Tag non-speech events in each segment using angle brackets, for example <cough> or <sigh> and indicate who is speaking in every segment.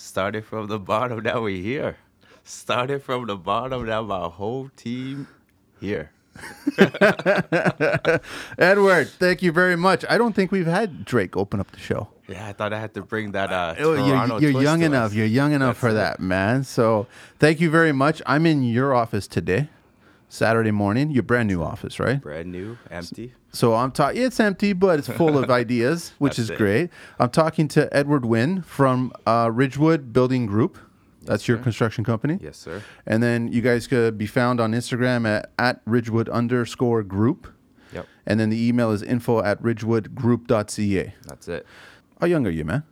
Speaker 1: started from the bottom. Now we here. Started from the bottom. Now my whole team here.
Speaker 2: Edward, thank you very much. I don't think we've had Drake open up the show.
Speaker 1: Yeah, I thought I had to bring that. Uh,
Speaker 2: Oh,
Speaker 1: Toronto
Speaker 2: you're, you're
Speaker 1: twist
Speaker 2: young
Speaker 1: to
Speaker 2: enough.
Speaker 1: us.
Speaker 2: You're young enough for that, man. So thank you very much. I'm in your office today, Saturday morning. Your brand new office, right?
Speaker 1: Brand new, empty.
Speaker 2: So I'm talking. It's empty, but it's full
Speaker 1: <laughs>
Speaker 2: of ideas, which is
Speaker 1: That's it.
Speaker 2: great. I'm talking to Edward Wynn from uh, Ridgewood Building Group. That's your construction company.
Speaker 1: Yes, sir.
Speaker 2: And then you guys could be found on Instagram at, at Ridgewood underscore group.
Speaker 1: Yep,
Speaker 2: And then the email is info at ridgewoodgroup.ca.
Speaker 1: that's it.
Speaker 2: How young are you, man?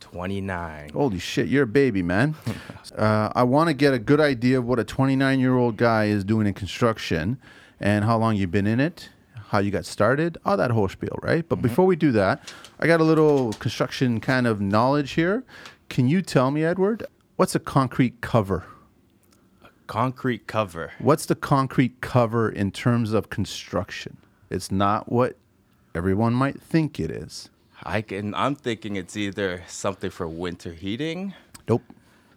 Speaker 1: 29.
Speaker 2: Holy shit, you're a baby, man. uh, I want to get a good idea of what a 29 year old guy is doing in construction and how long you've been in it, how you got started, all that whole spiel, right? But before we do that, I got a little construction kind of knowledge here. Can you tell me, Edward, what's a concrete cover?
Speaker 1: Concrete cover.
Speaker 2: What's the concrete cover in terms of construction? It's not what everyone might think it is.
Speaker 1: I can. I'm thinking it's either something for winter heating.
Speaker 2: Nope.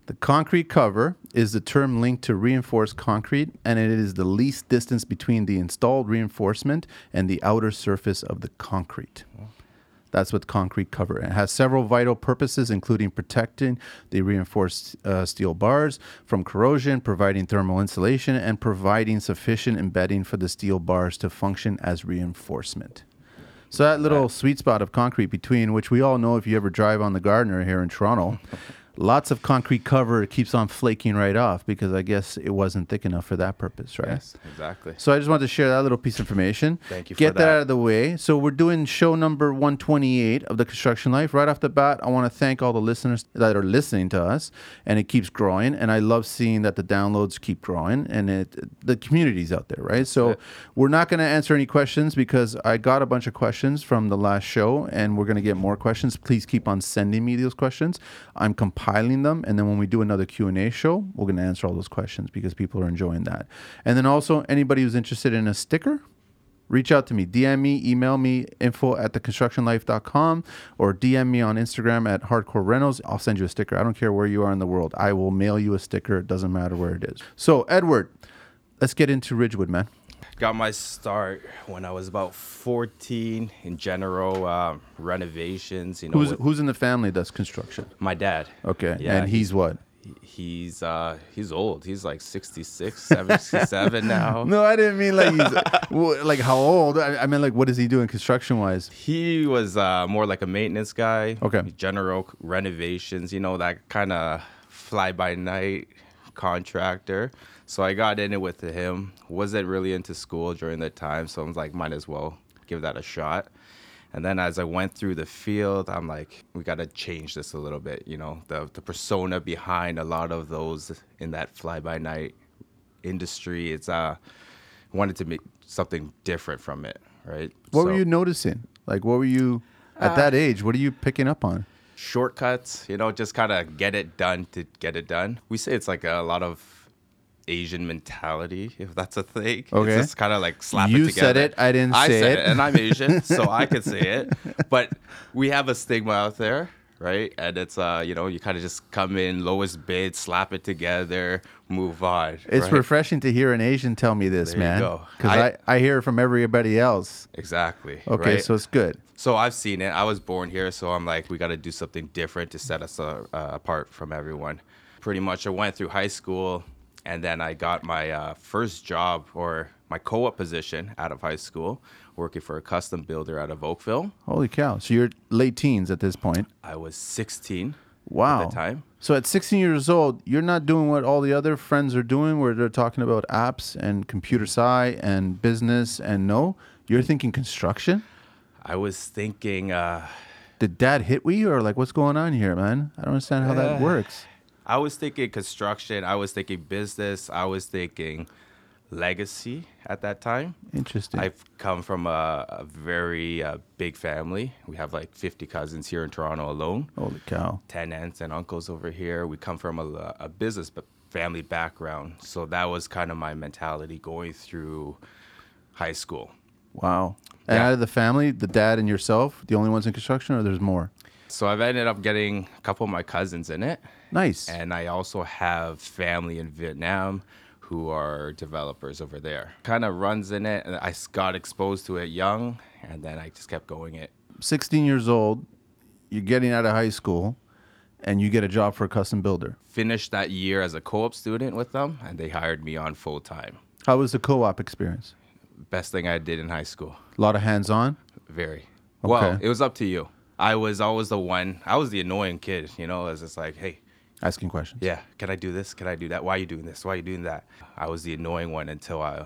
Speaker 2: The concrete cover is the term linked to reinforced concrete, and it is the least distance between the installed reinforcement and the outer surface of the concrete. That's what concrete cover. It has several vital purposes, including protecting the reinforced uh, steel bars from corrosion, providing thermal insulation, and providing sufficient embedding for the steel bars to function as reinforcement. So that little sweet spot of concrete between, which we all know if you ever drive on the Gardner here in Toronto, lots of concrete cover keeps on flaking right off because I guess it wasn't thick enough for that purpose, right?
Speaker 1: exactly.
Speaker 2: So I just wanted to share that little piece of information.
Speaker 1: Thank you for
Speaker 2: Get that.
Speaker 1: that.
Speaker 2: out of the way. So we're doing show number 128 of the Construction Life. Right off the bat, I want to thank all the listeners that are listening to us, and it keeps growing. And I love seeing that the downloads keep growing, and it the community's out there, right? So we're not going to answer any questions because I got a bunch of questions from the last show, and we're going to get more questions. Please keep on sending me those questions. I'm compiling them, and then when we do another Q and A show, we're going to answer all those questions because people are enjoying that. And then also, anybody who's interested in a sticker reach out to me dm me email me info at theconstructionlife.com or dm me on instagram at hardcore reynolds i'll send you a sticker i don't care where you are in the world i will mail you a sticker it doesn't matter where it is so edward let's get into ridgewood man
Speaker 1: Got my start when I was about 14 in general um, renovations. You know,
Speaker 2: who's
Speaker 1: with
Speaker 2: who's in the family that's construction
Speaker 1: my dad.
Speaker 2: okay
Speaker 1: Yeah,
Speaker 2: and he's what
Speaker 1: He's uh he's old. He's like 66, 77 now.
Speaker 2: no i didn't mean like <laughs> he's well, like how old I, I meant like what is he doing construction wise
Speaker 1: He was uh, more like a maintenance guy.
Speaker 2: Okay.
Speaker 1: General c- renovations, you know, that kind of fly by night contractor. So I got in it with him. Wasn't really into school during that time. So I was like, might as well give that a shot. And then as I went through the field, I'm like, we got to change this a little bit. You know, the, the persona behind a lot of those in that fly by night industry, it's uh, wanted to make something different from it. Right.
Speaker 2: what were
Speaker 1: So-
Speaker 2: you noticing like what were you at that age what are you picking up on
Speaker 1: shortcuts, you know, just kind of get it done to get it done. We say it's like a lot of Asian mentality, if that's a thing.
Speaker 2: Okay.
Speaker 1: It's just kind of like slap
Speaker 2: You
Speaker 1: it together.
Speaker 2: said it, I didn't say
Speaker 1: said
Speaker 2: it.
Speaker 1: And I'm
Speaker 2: <laughs>
Speaker 1: Asian, so I could say it. But we have a stigma out there, right? And it's, uh, you know, you kind of just come in, lowest bid, slap it together, move on.
Speaker 2: It's
Speaker 1: right?
Speaker 2: refreshing to hear an Asian tell me this,
Speaker 1: you
Speaker 2: man.
Speaker 1: go.
Speaker 2: Because I,
Speaker 1: I-
Speaker 2: I, hear it from everybody else.
Speaker 1: Exactly.
Speaker 2: Okay,
Speaker 1: right?
Speaker 2: so it's good.
Speaker 1: So I've seen it. I was born here, so I'm like, we got to do something different to set us uh, uh, apart from everyone. Pretty much, I went through high school, and then I got my uh, first job or my co-op position out of high school, working for a custom builder out of Oakville.
Speaker 2: Holy cow! So you're late teens at this point.
Speaker 1: I was 16.
Speaker 2: Wow.
Speaker 1: time.
Speaker 2: So at 16 years old, you're not doing what all the other friends are doing, where they're talking about apps and computer sci and business and no, you're thinking construction.
Speaker 1: I was thinking, uh,
Speaker 2: Did dad hit we or like what's going on here, man? I don't understand how that
Speaker 1: Yeah.
Speaker 2: works.
Speaker 1: I was thinking construction. I was thinking business. I was thinking legacy at that time.
Speaker 2: Interesting.
Speaker 1: I've come from a, a very uh, big family. We have like 50 cousins here in Toronto alone,
Speaker 2: Holy cow!
Speaker 1: 10 aunts and uncles over here. We come from a, a business b- family background. So that was kind of my mentality going through high school.
Speaker 2: Wow. And
Speaker 1: Yeah.
Speaker 2: out of the family, the dad and yourself, the only ones in construction, or there's more?
Speaker 1: So I've ended up getting a couple of my cousins in it.
Speaker 2: Nice.
Speaker 1: And I also have family in Vietnam who are developers over there. Kind of runs in it. And I s- got exposed to it young and then I just kept going it.
Speaker 2: 16 years old, you're getting out of high school, and you get a job for a custom builder.
Speaker 1: Finished that year as a co op student with them and they hired me on full time.
Speaker 2: How was the co op experience?
Speaker 1: Best thing I did in high school.
Speaker 2: A lot of hands on.
Speaker 1: Very. Well,
Speaker 2: Okay.
Speaker 1: it was up to you. I was always the one, I was the annoying kid, you know, as it's like, hey,
Speaker 2: Asking questions.
Speaker 1: yeah, can I do this? Can I do that? Why are you doing this? Why are you doing that? I was the annoying one until I,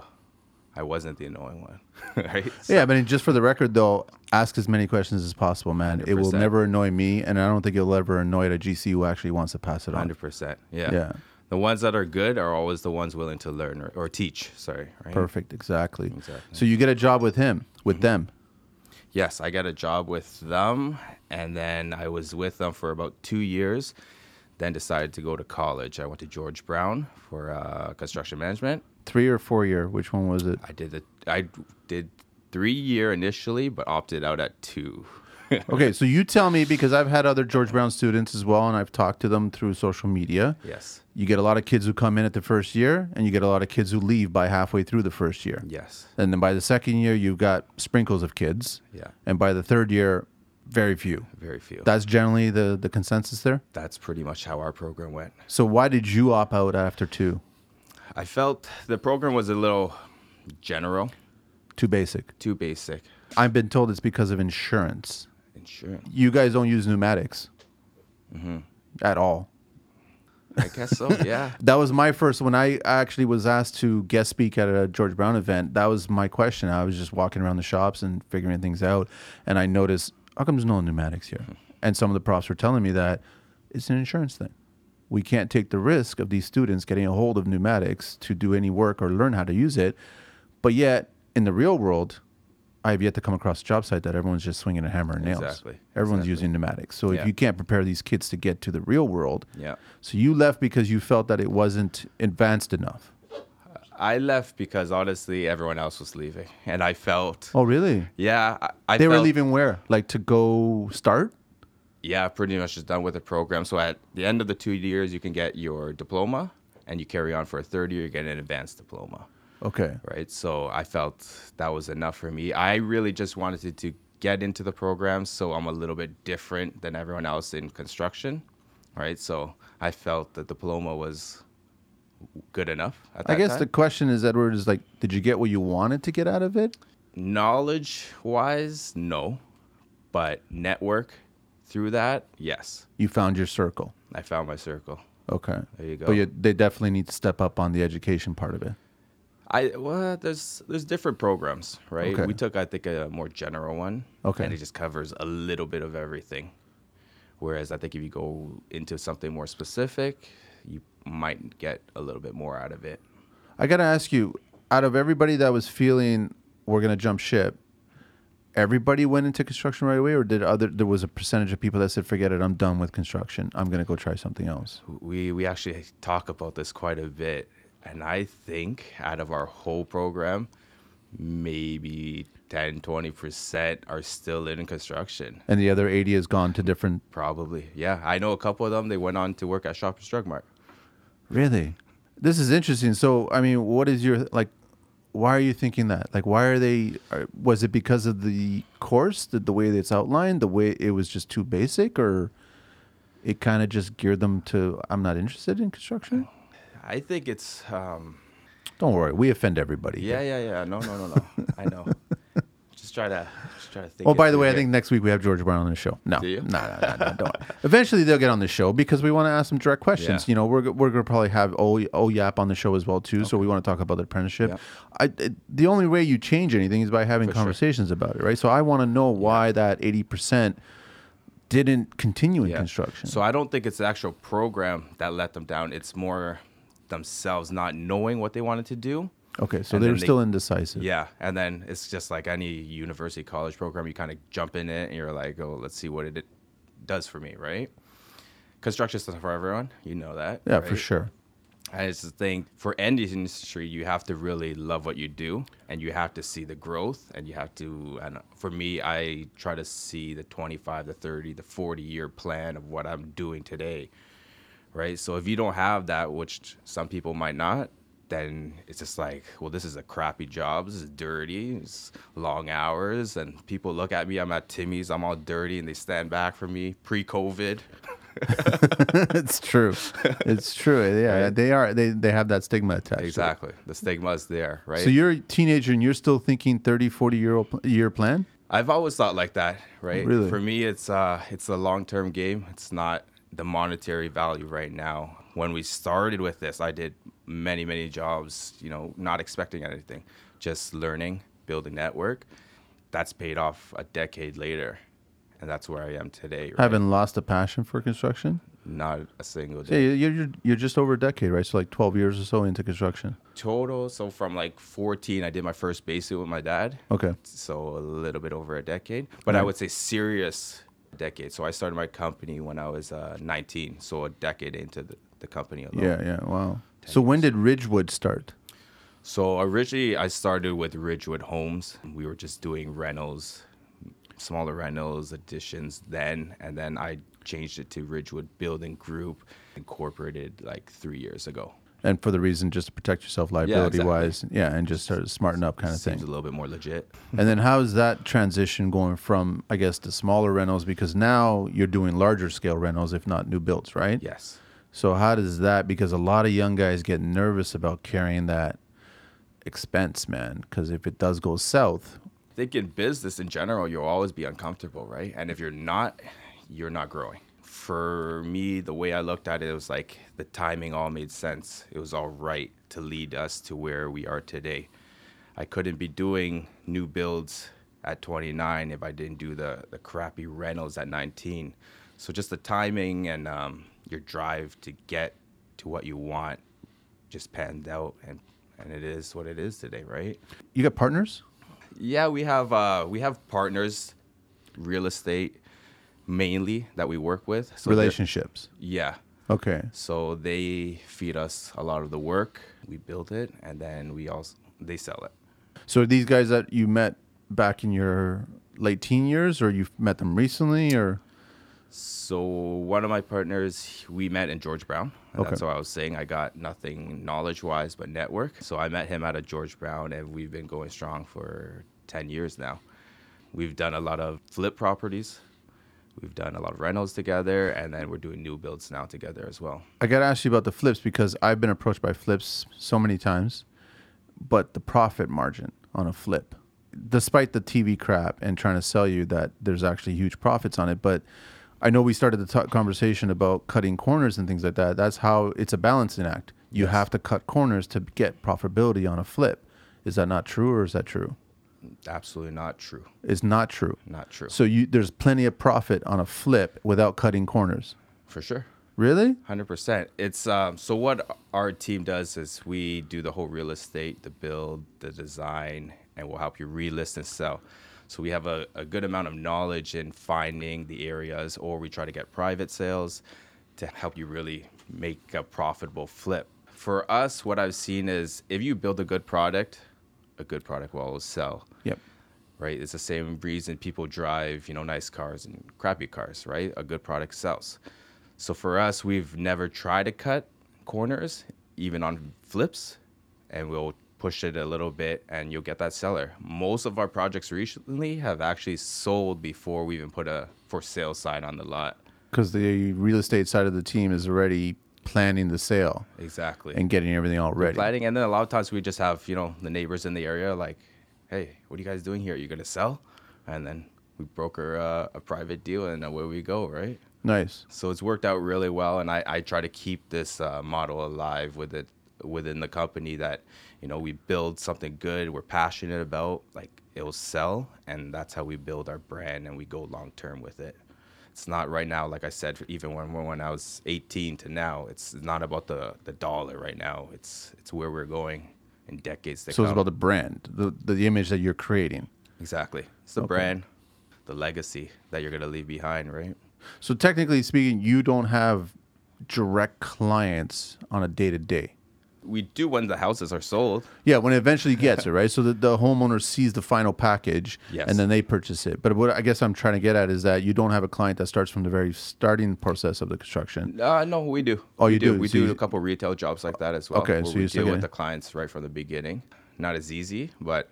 Speaker 1: I wasn't the annoying one, <laughs> right? So-
Speaker 2: Yeah, but just for the record, though, ask as many questions as possible, man. It will
Speaker 1: 100%.
Speaker 2: never annoy me, and I don't think it'll ever annoy a GC who actually wants to pass it on.
Speaker 1: Hundred percent. Yeah.
Speaker 2: Yeah.
Speaker 1: The ones that are good are always the ones willing to learn or, or teach. Sorry. Right.
Speaker 2: Perfect, exactly.
Speaker 1: Exactly. Mm-hmm.
Speaker 2: So you get a job with him, with them.
Speaker 1: Yes, I got a job with them, and then I was with them for about two years. Then decided to go to college. I went to George Brown for uh, construction management.
Speaker 2: Three or four year, which one was it?
Speaker 1: I did the I did three year initially, but opted out at two.
Speaker 2: Okay, so you tell me because I've had other George Brown students as well, and I've talked to them through social media.
Speaker 1: yes.
Speaker 2: You get a lot of kids who come in at the first year, and you get a lot of kids who leave by halfway through the first year.
Speaker 1: Yes.
Speaker 2: And then by the second year, you've got sprinkles of kids.
Speaker 1: Yeah.
Speaker 2: And by the third year, very few.
Speaker 1: Very few.
Speaker 2: That's generally the, the consensus there.
Speaker 1: That's pretty much how our program went.
Speaker 2: So why did you opt out after two?
Speaker 1: I felt the program was a little general,
Speaker 2: Too basic.
Speaker 1: too basic.
Speaker 2: I've been told it's because of insurance.
Speaker 1: Insurance.
Speaker 2: You guys don't use pneumatics at all.
Speaker 1: I guess <laughs> so. Yeah.
Speaker 2: That was my first when I actually was asked to guest speak at a George Brown event. That was my question. I was just walking around the shops and figuring things out, and I noticed how come there's no pneumatics here? And some of the profs were telling me that it's an insurance thing. We can't take the risk of these students getting a hold of pneumatics to do any work or learn how to use it. But yet, in the real world, I have yet to come across a job site that everyone's just swinging a hammer and nails.
Speaker 1: Exactly.
Speaker 2: Everyone's using pneumatics. So if
Speaker 1: Yeah.
Speaker 2: you can't prepare these kids to get to the real world,
Speaker 1: Yeah.
Speaker 2: so you left because you felt that it wasn't advanced enough.
Speaker 1: I left because honestly, everyone else was leaving, and I felt.
Speaker 2: Oh, really?
Speaker 1: Yeah, I, I
Speaker 2: They were
Speaker 1: felt-
Speaker 2: leaving where? Like to go start?
Speaker 1: Yeah, pretty much just done with the program. So at the end of the two years, you can get your diploma, and you carry on for a third year, you get an advanced diploma,
Speaker 2: Okay.
Speaker 1: right? So I felt that was enough for me. I really just wanted to, to get into the program, so I'm a little bit different than everyone else in construction, right? So I felt the diploma was good enough. At that
Speaker 2: I guess
Speaker 1: time.
Speaker 2: the question is, Edward, is like, did you get what you wanted to get out of it?
Speaker 1: knowledge wise no but network through that yes
Speaker 2: You found your circle.
Speaker 1: i found my circle
Speaker 2: Okay.
Speaker 1: There you go.
Speaker 2: But you, they definitely need to step up on the education part of it.
Speaker 1: i well there's there's different programs right
Speaker 2: Okay.
Speaker 1: we took i think a more general one
Speaker 2: Okay.
Speaker 1: and it just covers a little bit of everything whereas i think if you go into something more specific you might get a little bit more out of it
Speaker 2: I got to ask you, out of everybody that was feeling we're going to jump ship, everybody went into construction right away or did other there was a percentage of people that said forget it i'm done with construction i'm going to go try something else
Speaker 1: we we actually talk about this quite a bit and i think out of our whole program maybe 10 20% are still in construction
Speaker 2: and the other 80 has gone to different
Speaker 1: probably yeah i know a couple of them they went on to work at shoppers drug mart
Speaker 2: Really? This is interesting. So, I mean, what is your like? Why are you thinking that? Like, why are they? Are, was it because of the course, the, the way that it's outlined, the way it was just too basic, or it kind of just geared them to? I'm not interested in construction.
Speaker 1: i think it's um
Speaker 2: Don't worry, we offend everybody. here.
Speaker 1: yeah yeah yeah no no no no
Speaker 2: <laughs>
Speaker 1: i know just try to just try to think
Speaker 2: Oh,
Speaker 1: it
Speaker 2: by the
Speaker 1: through
Speaker 2: way, I
Speaker 1: here.
Speaker 2: think next week we have George Brown on the show. No,
Speaker 1: Do
Speaker 2: no,
Speaker 1: you?
Speaker 2: no, no, no,
Speaker 1: <laughs>
Speaker 2: don't. Eventually, they'll get on the show because we want to ask them direct questions.
Speaker 1: Yeah.
Speaker 2: You know, we're, g- we're gonna probably have O O Yap on the show as well too. So we want to talk about the apprenticeship.
Speaker 1: Yeah.
Speaker 2: I, it- the only way you change anything is by having
Speaker 1: sure.
Speaker 2: conversations about it, right? So I want to know why that eighty percent didn't continue in
Speaker 1: Yeah.
Speaker 2: construction.
Speaker 1: So I don't think it's the actual program that let them down. It's more themselves not knowing what they wanted to do.
Speaker 2: okay, so
Speaker 1: and
Speaker 2: they're
Speaker 1: then they-
Speaker 2: still indecisive.
Speaker 1: Yeah, and then it's just like any university college program. You kind of jump in it, and you're like, "Oh, let's see what it does for me." Right? Construction stuff for everyone. You know that.
Speaker 2: yeah,
Speaker 1: <laughs>
Speaker 2: for
Speaker 1: right?
Speaker 2: sure.
Speaker 1: And it's the thing for any industry, you have to really love what you do, and you have to see the growth, and you have to. And for me, I try to see the 25, the 30, the 40 year plan of what I'm doing today, right? So if you don't have that, which some people might not, then it's just like, well, this is a crappy job. This is dirty. It's long hours, and people look at me. I'm at Timmy's. I'm all dirty, and they stand back for me. Pre-COVID,
Speaker 2: it's true. It's true. Yeah, they are. They they have that stigma attached. to it.
Speaker 1: exactly. The stigma is there, right?
Speaker 2: So you're a teenager and you're still thinking 30, 40 year old pl- year plan.
Speaker 1: I've always thought like that, right?
Speaker 2: Really?
Speaker 1: For me, it's uh, it's a long-term game. It's not the monetary value right now. When we started with this, I did many, many jobs. You know, not expecting anything, just learning, building network. That's paid off a decade later, and that's where I am today. Right?
Speaker 2: I haven't lost a passion for construction.
Speaker 1: not a single
Speaker 2: Yeah,
Speaker 1: day
Speaker 2: you're, you're you're just over a decade, right? So like twelve years or so into construction.
Speaker 1: total. So from like 14, I did my first basic with my dad.
Speaker 2: Okay.
Speaker 1: so a little bit over a decade, but I would say serious decade. So I started my company when I was uh, 19, so a decade into the, the company alone.
Speaker 2: Yeah, yeah. Wow. So when did Ridgewood start?
Speaker 1: So originally I started with Ridgewood Homes. We were just doing rentals, smaller rentals, additions then, and then I changed it to Ridgewood Building Group, incorporated like three years ago.
Speaker 2: And for the reason just to protect yourself liability wise, yeah, and just start smarten up kind of
Speaker 1: Seems
Speaker 2: thing.
Speaker 1: a little bit more legit.
Speaker 2: And then how is that transition going from I guess the smaller rentals because now you're doing larger scale rentals if not new builds, right?
Speaker 1: Yes.
Speaker 2: So how does that? Because a lot of young guys get nervous about carrying that expense, man. Because if it does go south,
Speaker 1: think in business in general, you'll always be uncomfortable, right? And if you're not, you're not growing. For me, the way I looked at it, it was like the timing all made sense. It was all right to lead us to where we are today. I couldn't be doing new builds at 29 if I didn't do the, the crappy rentals at 19. So just the timing and um, your drive to get to what you want just panned out, and, and it is what it is today, right?
Speaker 2: you got partners.
Speaker 1: Yeah, we have uh, we have partners, real estate mainly that we work with. So they're-
Speaker 2: Relationships.
Speaker 1: Yeah.
Speaker 2: Okay.
Speaker 1: So they feed us a lot of the work. We build it, and then we also they sell it.
Speaker 2: So these guys that you met back in your late teen years, or you met them recently, or
Speaker 1: So one of my partners we met in George Brown. And
Speaker 2: Okay.
Speaker 1: That's what I was saying. I got nothing knowledge wise, but network. So I met him out of George Brown, and we've been going strong for ten years now. We've done a lot of flip properties. We've done a lot of rentals together, and then we're doing new builds now together as well.
Speaker 2: I got to ask you about the flips because I've been approached by flips so many times, but the profit margin on a flip, despite the TV crap and trying to sell you that there's actually huge profits on it, but I know we started the t- conversation about cutting corners and things like that. That's how it's a balancing act. You have to cut corners to get profitability on a flip. Is that not true or is that true?
Speaker 1: Absolutely not true.
Speaker 2: It's not true.
Speaker 1: Not true.
Speaker 2: So you there's plenty of profit on a flip without cutting corners.
Speaker 1: For sure.
Speaker 2: Really?
Speaker 1: Hundred percent. It's um, so what our team does is we do the whole real estate, the build, the design, and we'll help you relist and sell. So we have a, a good amount of knowledge in finding the areas, or we try to get private sales to help you really make a profitable flip. For us, what I've seen is if you build a good product, a good product will always sell
Speaker 2: Yep.
Speaker 1: right? It's the same reason people drive, you know, nice cars and crappy cars, right? A good product sells. So for us, we've never tried to cut corners, even on flips, and we'll push it a little bit and you'll get that seller. Most of our projects recently have actually sold before we even put a for sale sign on the lot.
Speaker 2: because the real estate side of the team is already planning the sale
Speaker 1: Exactly.
Speaker 2: and getting everything all ready.
Speaker 1: Lighting, and then a lot of times we just have you know the neighbors in the area like, hey, what are you guys doing here? Are you gonna sell? And then we broker uh, a private deal, and away we go, right?
Speaker 2: Nice.
Speaker 1: So it's worked out really well, and I, I try to keep this uh, model alive with it within the company that you know we build something good we're passionate about like it'll sell and that's how we build our brand and we go long term with it it's not right now like i said even when when i was 18 to now it's not about the the dollar right now it's it's where we're going in decades to
Speaker 2: So
Speaker 1: come
Speaker 2: it's about the brand, the, the image that you're creating.
Speaker 1: exactly it's the brand the legacy that you're going to leave behind right
Speaker 2: So technically speaking, you don't have direct clients on a day to day.
Speaker 1: we do when the houses are sold.
Speaker 2: Yeah, when it eventually gets it, right? So that the homeowner sees the final package
Speaker 1: Yes.
Speaker 2: and then they purchase it. But what I guess I'm trying to get at is that you don't have a client that starts from the very starting process of the construction.
Speaker 1: Uh, no, we do.
Speaker 2: Oh,
Speaker 1: we
Speaker 2: you do.
Speaker 1: We
Speaker 2: So
Speaker 1: do
Speaker 2: you-
Speaker 1: a couple retail jobs like that as well.
Speaker 2: Okay,
Speaker 1: where
Speaker 2: so
Speaker 1: we
Speaker 2: you're still
Speaker 1: deal with
Speaker 2: getting-
Speaker 1: the clients right from the beginning. Not as easy, but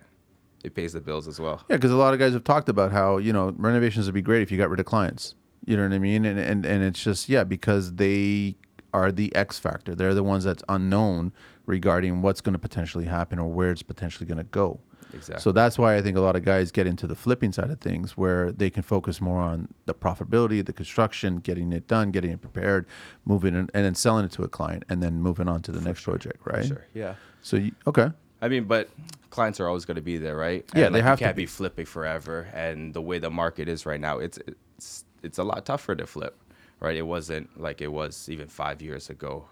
Speaker 1: it pays the bills as well.
Speaker 2: Yeah, because a lot of guys have talked about how, you know, renovations would be great if you got rid of clients. You know what I mean? And and, and it's just, yeah, because they are the X factor. They're the ones that's unknown regarding what's going to potentially happen or where it's potentially going to go.
Speaker 1: Exactly.
Speaker 2: So that's why I think a lot of guys get into the flipping side of things where they can focus more on the profitability, the construction, getting it done, getting it prepared, moving it, and then selling it to a client and then moving on to the next project, right?
Speaker 1: Sure. Yeah.
Speaker 2: So, you, okay.
Speaker 1: I mean, but clients are always going to be there, right?
Speaker 2: Yeah,
Speaker 1: And,
Speaker 2: they
Speaker 1: like,
Speaker 2: have to
Speaker 1: you can't
Speaker 2: be.
Speaker 1: be. flipping forever. And the way the market is right now, it's it's it's a lot tougher to flip, right? It wasn't like it was even five years ago.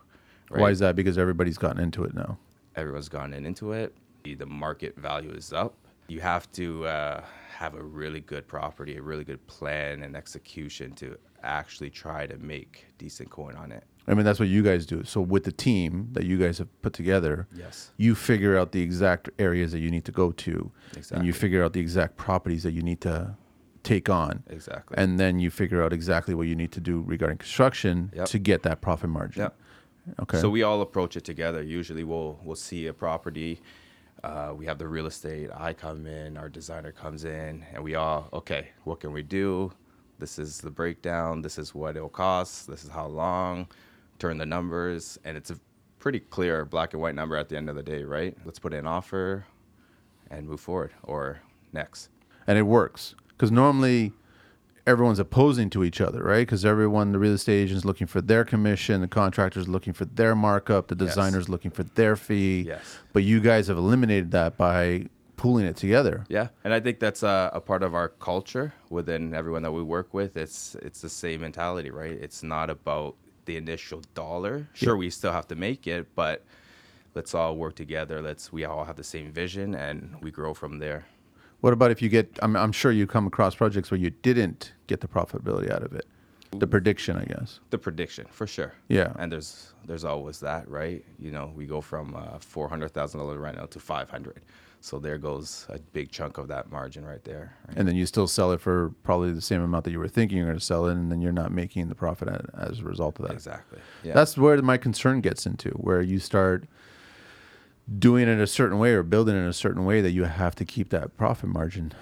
Speaker 1: Right?
Speaker 2: Why is that? Because everybody's gotten into it now.
Speaker 1: everyone's gone in into it. The the market value is up. You have to uh, have a really good property, a really good plan and execution to actually try to make decent coin on it.
Speaker 2: I mean, that's what you guys do. So with the team that you guys have put together,
Speaker 1: Yes.
Speaker 2: you figure out the exact areas that you need to go to, and you
Speaker 1: Exactly.
Speaker 2: figure out the exact properties that you need to take on,
Speaker 1: Exactly.
Speaker 2: and then you figure out exactly what you need to do regarding construction
Speaker 1: Yep.
Speaker 2: to get that profit margin.
Speaker 1: Yep.
Speaker 2: Okay.
Speaker 1: So we all approach it together. Usually, we'll we'll see a property. Uh, we have the real estate. I come in. Our designer comes in, and we all okay. What can we do? This is the breakdown. This is what it'll cost. This is how long. Turn the numbers, and it's a pretty clear black and white number at the end of the day, right? Let's put in an offer, and move forward or next.
Speaker 2: and it works because normally everyone's opposing to each other right because everyone the real estate agent's looking for their commission the contractor's looking for their markup the designer's looking for their fee
Speaker 1: Yes.
Speaker 2: but you guys have eliminated that by pooling it together
Speaker 1: Yeah, and I think that's a, a part of our culture within everyone that we work with. It's it's the same mentality, right? It's not about the initial dollar. Sure, we still have to make it, but let's all work together. Let's we all have the same vision, and we grow from there.
Speaker 2: what about if you get I'm, I'm sure you come across projects where you didn't get the profitability out of it the prediction i guess
Speaker 1: The prediction for sure.
Speaker 2: Yeah.
Speaker 1: and there's there's always that, right? You know, we go from uh, four hundred thousand dollars right now to five hundred, so there goes a big chunk of that margin right there. right?
Speaker 2: and then you still sell it for probably the same amount that you were thinking you were going to sell it and then you're not making the profit a- as a result of that
Speaker 1: Exactly. Yeah.
Speaker 2: That's where my concern gets into, where you start doing it a certain way or building it a certain way that you have to keep that profit margin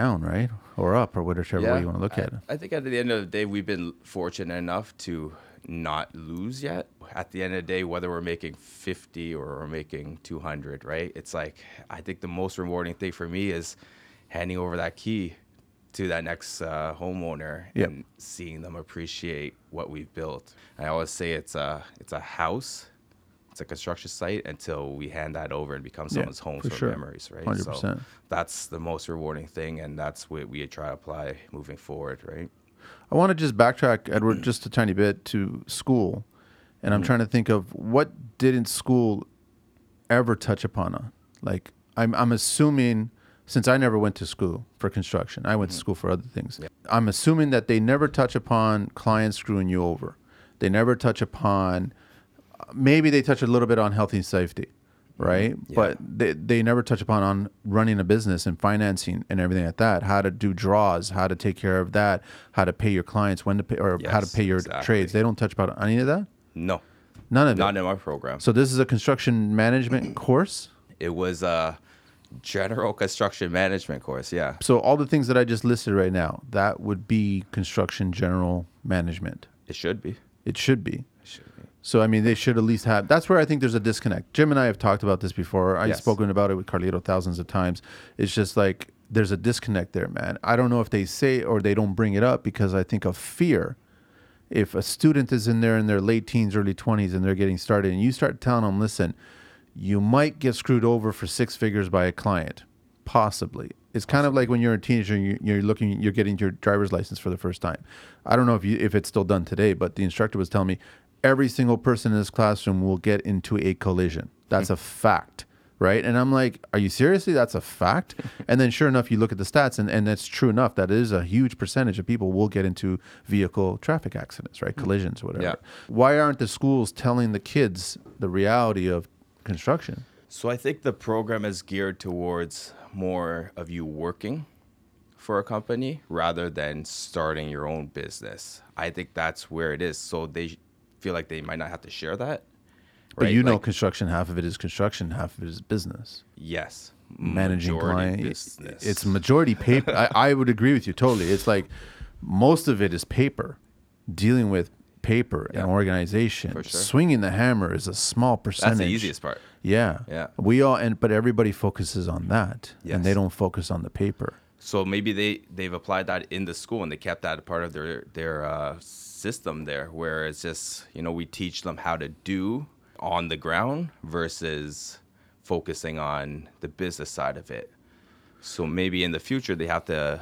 Speaker 2: down, right? Or up, or whichever way you want to look
Speaker 1: I,
Speaker 2: at it.
Speaker 1: I think at the end of the day, we've been fortunate enough to not lose yet. At the end of the day, whether we're making 50 or we're making 200, right? It's like, I think the most rewarding thing for me is handing over that key to that next uh, homeowner
Speaker 2: Yep.
Speaker 1: and seeing them appreciate what we've built. I always say it's a, it's a house. It's a construction site until we hand that over and become someone's home
Speaker 2: for
Speaker 1: for
Speaker 2: sure.
Speaker 1: memories, right?
Speaker 2: 100%.
Speaker 1: So that's the most rewarding thing, and that's what we try to apply moving forward, right?
Speaker 2: I want to just backtrack, Edward, just a tiny bit to school. And
Speaker 1: Mm.
Speaker 2: I'm trying to think of what didn't school ever touch upon? uh, Like, I'm, I'm assuming, since I never went to school for construction, I
Speaker 1: Mm-hmm.
Speaker 2: went to school for other things. I'm assuming that they never touch upon clients screwing you over. They never touch upon, maybe they touch a little bit on health and safety,
Speaker 1: Mm-hmm.
Speaker 2: right? But they, they never touch upon on running a business and financing and everything like that. How to do draws, how to take care of that, how to pay your clients, when to pay, or how to
Speaker 1: Yes,
Speaker 2: pay your
Speaker 1: exactly.
Speaker 2: trades. They don't touch about any of that.
Speaker 1: No,
Speaker 2: None of
Speaker 1: not
Speaker 2: it.
Speaker 1: in my program.
Speaker 2: So this is a construction management course.
Speaker 1: It was a general construction management course, yeah.
Speaker 2: So all the things that I just listed right now, that would be construction general management.
Speaker 1: It should be. It
Speaker 2: It should be.
Speaker 1: should be.
Speaker 2: So I mean, they should at least have. That's where I think there's a disconnect. Jim and I have talked about this before. I've
Speaker 1: Yes.
Speaker 2: spoken about it with Carlito thousands of times. It's just like there's a disconnect there, man. I don't know if they say or they don't bring it up because I think of fear. If a student is in there in their late teens, early 20s, and they're getting started, and you start telling them, listen, you might get screwed over for six figures by a client, possibly. It's kind of like when you're a teenager, and you- you're looking, you're getting your driver's license for the first time. I don't know if you, if it's still done today, but the instructor was telling me every single person in this classroom will get into a collision. That's a fact, right? And I'm like, are you seriously? That's
Speaker 1: <laughs>
Speaker 2: a fact. and then sure enough, you look at the stats, and and that's true enough. That is a huge percentage of people will get into vehicle traffic
Speaker 1: Mm.
Speaker 2: accidents, right? Collisions, whatever.
Speaker 1: Yeah.
Speaker 2: Why aren't the schools telling the kids the reality of construction.
Speaker 1: So I think the program is geared towards more of you working for a company rather than starting your own business. I think that's where it is. So they feel like they might not have to share that.
Speaker 2: But you know,
Speaker 1: Like,
Speaker 2: construction half of it is construction, half of it is business.
Speaker 1: yes,
Speaker 2: managing
Speaker 1: majority
Speaker 2: client.
Speaker 1: business.
Speaker 2: It's majority paper. I, I would agree with you totally. It's like most of it is paper, dealing with paper
Speaker 1: Yeah.
Speaker 2: and organization.
Speaker 1: sure.
Speaker 2: Swinging the hammer is a small percentage.
Speaker 1: that's the easiest part.
Speaker 2: Yeah.
Speaker 1: Yeah.
Speaker 2: We all and but everybody focuses on that, and they
Speaker 1: Yes.
Speaker 2: don't focus on the paper.
Speaker 1: So maybe they they've applied that in the school and they kept that a part of their their uh, system there, where it's just you know we teach them how to do on the ground versus focusing on the business side of it. So maybe in the future they have to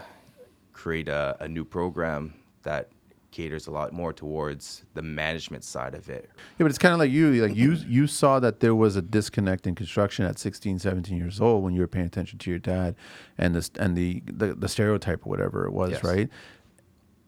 Speaker 1: create a, a new program that caters a lot more towards the management side of it.
Speaker 2: Yeah, but it's kind of like you, like you, you saw that there was a disconnect in construction at 16, 17 years old when you were paying attention to your dad and this and the the, the stereotype or whatever it was,
Speaker 1: Yes.
Speaker 2: right?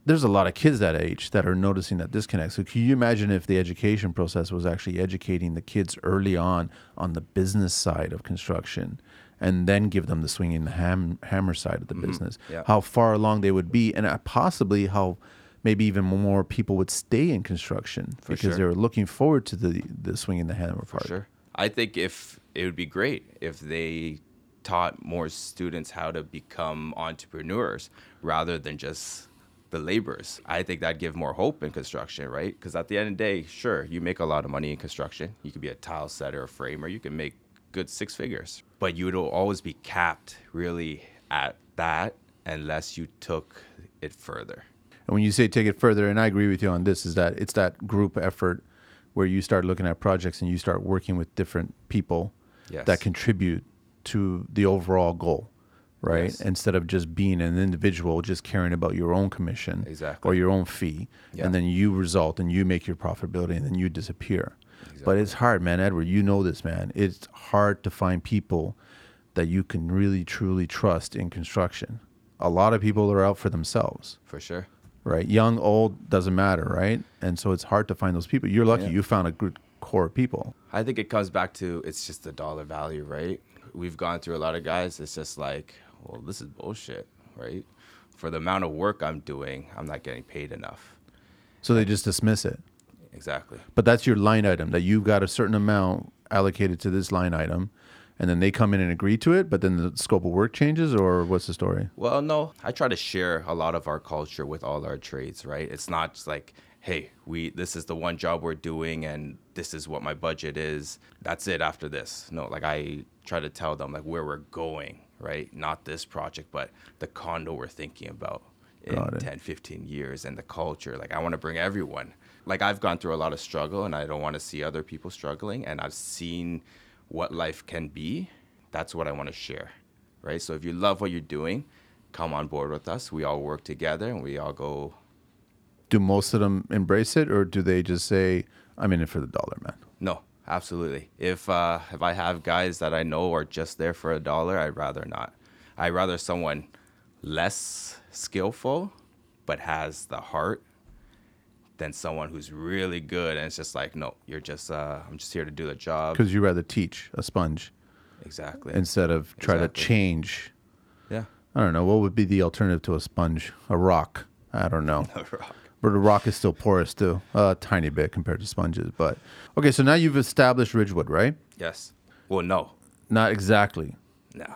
Speaker 2: There's a lot of kids that age that are noticing that disconnect. So can you imagine if the education process was actually educating the kids early on on the business side of construction? And then give them the swinging ham, hammer side of the business.
Speaker 1: Mm-hmm. yeah.
Speaker 2: How far along they would be, and uh, possibly how maybe even more people would stay in construction because
Speaker 1: sure.
Speaker 2: they were looking forward to the the swing in the hammer part.
Speaker 1: Sure. I think if it would be great if they taught more students how to become entrepreneurs rather than just the laborers. I think that'd give more hope in construction, right? Because at the end of the day, sure, you make a lot of money in construction. You could be a tile setter, a framer. You can make good six figures, but you would always be capped really at that unless you took it further.
Speaker 2: And when you say take it further, and I agree with you on this, is that it's that group effort where you start looking at projects and you start working with different people
Speaker 1: Yes.
Speaker 2: that contribute to the overall goal, right?
Speaker 1: Yes.
Speaker 2: Instead of just being an individual, just caring about your own commission
Speaker 1: Exactly.
Speaker 2: or your own fee,
Speaker 1: Yeah.
Speaker 2: and then you result and you make your profitability and then you disappear. But it's hard, man, Edward. You know this, man. It's hard to find people that you can really truly trust in construction. A lot of people are out for themselves
Speaker 1: For sure.
Speaker 2: right? Young, old doesn't matter, right? And so it's hard to find those people. You're lucky
Speaker 1: Yeah.
Speaker 2: you found a good core of people.
Speaker 1: I think it comes back to it's just the dollar value, right? We've gone through a lot of guys. It's just like, well, this is bullshit, right? For the amount of work I'm doing, I'm not getting paid enough.
Speaker 2: So they just dismiss it.
Speaker 1: Exactly.
Speaker 2: But that's your line item that you've got a certain amount allocated to this line item, and then they come in and agree to it. But then the scope of work changes, or what's the story?
Speaker 1: Well, no, I try to share a lot of our culture with all our trades, right? It's not just like, hey, we this is the one job we're doing and this is what my budget is. That's it after this. No, like I try to tell them like where we're going, right? Not this project, but the condo we're thinking about in
Speaker 2: Got it.
Speaker 1: 10, 15 years and the culture. Like I want to bring everyone. Like I've gone through a lot of struggle and I don't want to see other people struggling and I've seen what life can be. That's what I want to share. Right? So if you love what you're doing, come on board with us. We all work together and we all go
Speaker 2: Do most of them embrace it, or do they just say, "I'm in it for the dollar, man"?
Speaker 1: no, absolutely. If uh, if I have guys that I know are just there for a dollar, I'd rather not. I'd rather someone less skillful but has the heart than someone who's really good and it's just like, no, you're just uh, I'm just here to do the job.
Speaker 2: Because you rather teach a sponge
Speaker 1: Exactly.
Speaker 2: instead of try
Speaker 1: Exactly.
Speaker 2: to change.
Speaker 1: yeah.
Speaker 2: I don't know what would be the alternative to a sponge, a rock. I don't know. But the rock is still porous too, a tiny bit compared to sponges. But okay, so now you've established Ridgewood, right?
Speaker 1: Yes. Well, no.
Speaker 2: Not exactly.
Speaker 1: No.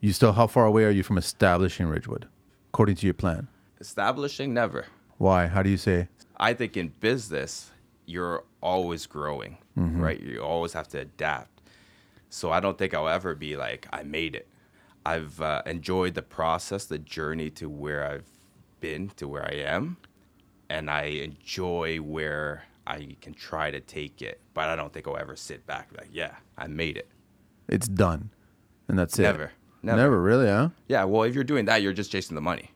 Speaker 2: You still, how far away are you from establishing Ridgewood, according to your plan?
Speaker 1: Establishing never.
Speaker 2: Why? How do you say?
Speaker 1: I think in business, you're always growing, right? You always have to adapt. So I don't think I'll ever be like, I made it. I've uh, enjoyed the process, the journey to where I've been, to where I am. And I enjoy where I can try to take it. But I don't think I'll ever sit back and be like, yeah, I made it.
Speaker 2: It's done, and that's it.
Speaker 1: Never.
Speaker 2: never,
Speaker 1: Never.
Speaker 2: really, huh?
Speaker 1: Yeah, well, if you're doing that, you're just chasing the money.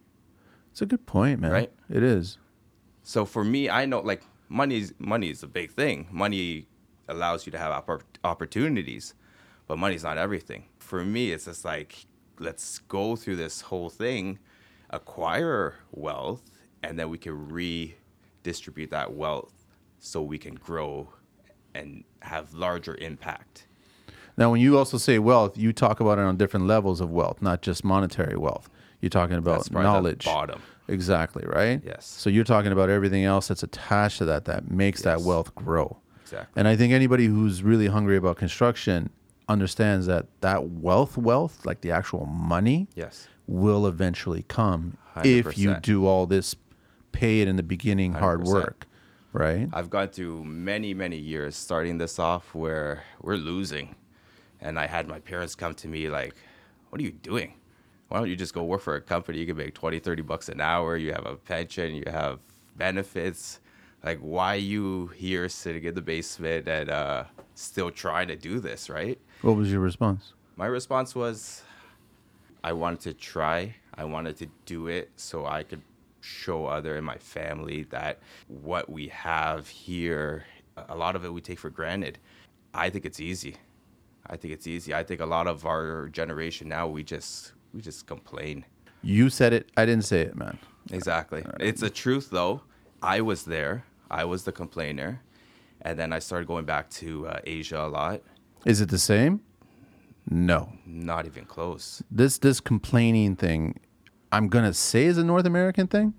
Speaker 2: It's a good point, man.
Speaker 1: Right?
Speaker 2: It is.
Speaker 1: So for me, I know like money's money is a big thing. Money allows you to have oppor- opportunities, but money's not everything. For me, it's just like let's go through this whole thing, acquire wealth, and then we can redistribute that wealth so we can grow and have larger impact.
Speaker 2: Now, when you also say wealth, you talk about it on different levels of wealth, not just monetary wealth. You're talking about
Speaker 1: That's probably the
Speaker 2: knowledge.
Speaker 1: bottom.
Speaker 2: Exactly, right?
Speaker 1: Yes.
Speaker 2: So you're talking about everything else that's attached to that that makes that wealth grow.
Speaker 1: Exactly.
Speaker 2: And I think anybody who's really hungry about construction understands that that wealth, wealth, like the actual money,
Speaker 1: Yes.
Speaker 2: will eventually come if you
Speaker 1: 100%.
Speaker 2: do all this paid in the beginning hard
Speaker 1: 100%.
Speaker 2: work, right?
Speaker 1: I've gone through many, many years starting this off where we're losing. And I had my parents come to me like, What are you doing? Why don't you just go work for a company? You can make 20, 30 bucks an hour. You have a pension, you have benefits. Like, why you here sitting in the basement and uh, still trying to do this, right?
Speaker 2: What was your response?
Speaker 1: My response was, I wanted to try. I wanted to do it so I could show other in my family that what we have here, a lot of it we take for granted. I think it's easy. I think it's easy. I think a lot of our generation now we just we just complain.
Speaker 2: You said it. I didn't say it, man.
Speaker 1: Exactly. It's the truth, though. I was there. I was the complainer, and then I started going back to uh, Asia a lot.
Speaker 2: Is it the same? No.
Speaker 1: Not even close.
Speaker 2: This this complaining thing, I'm gonna say is a North American thing.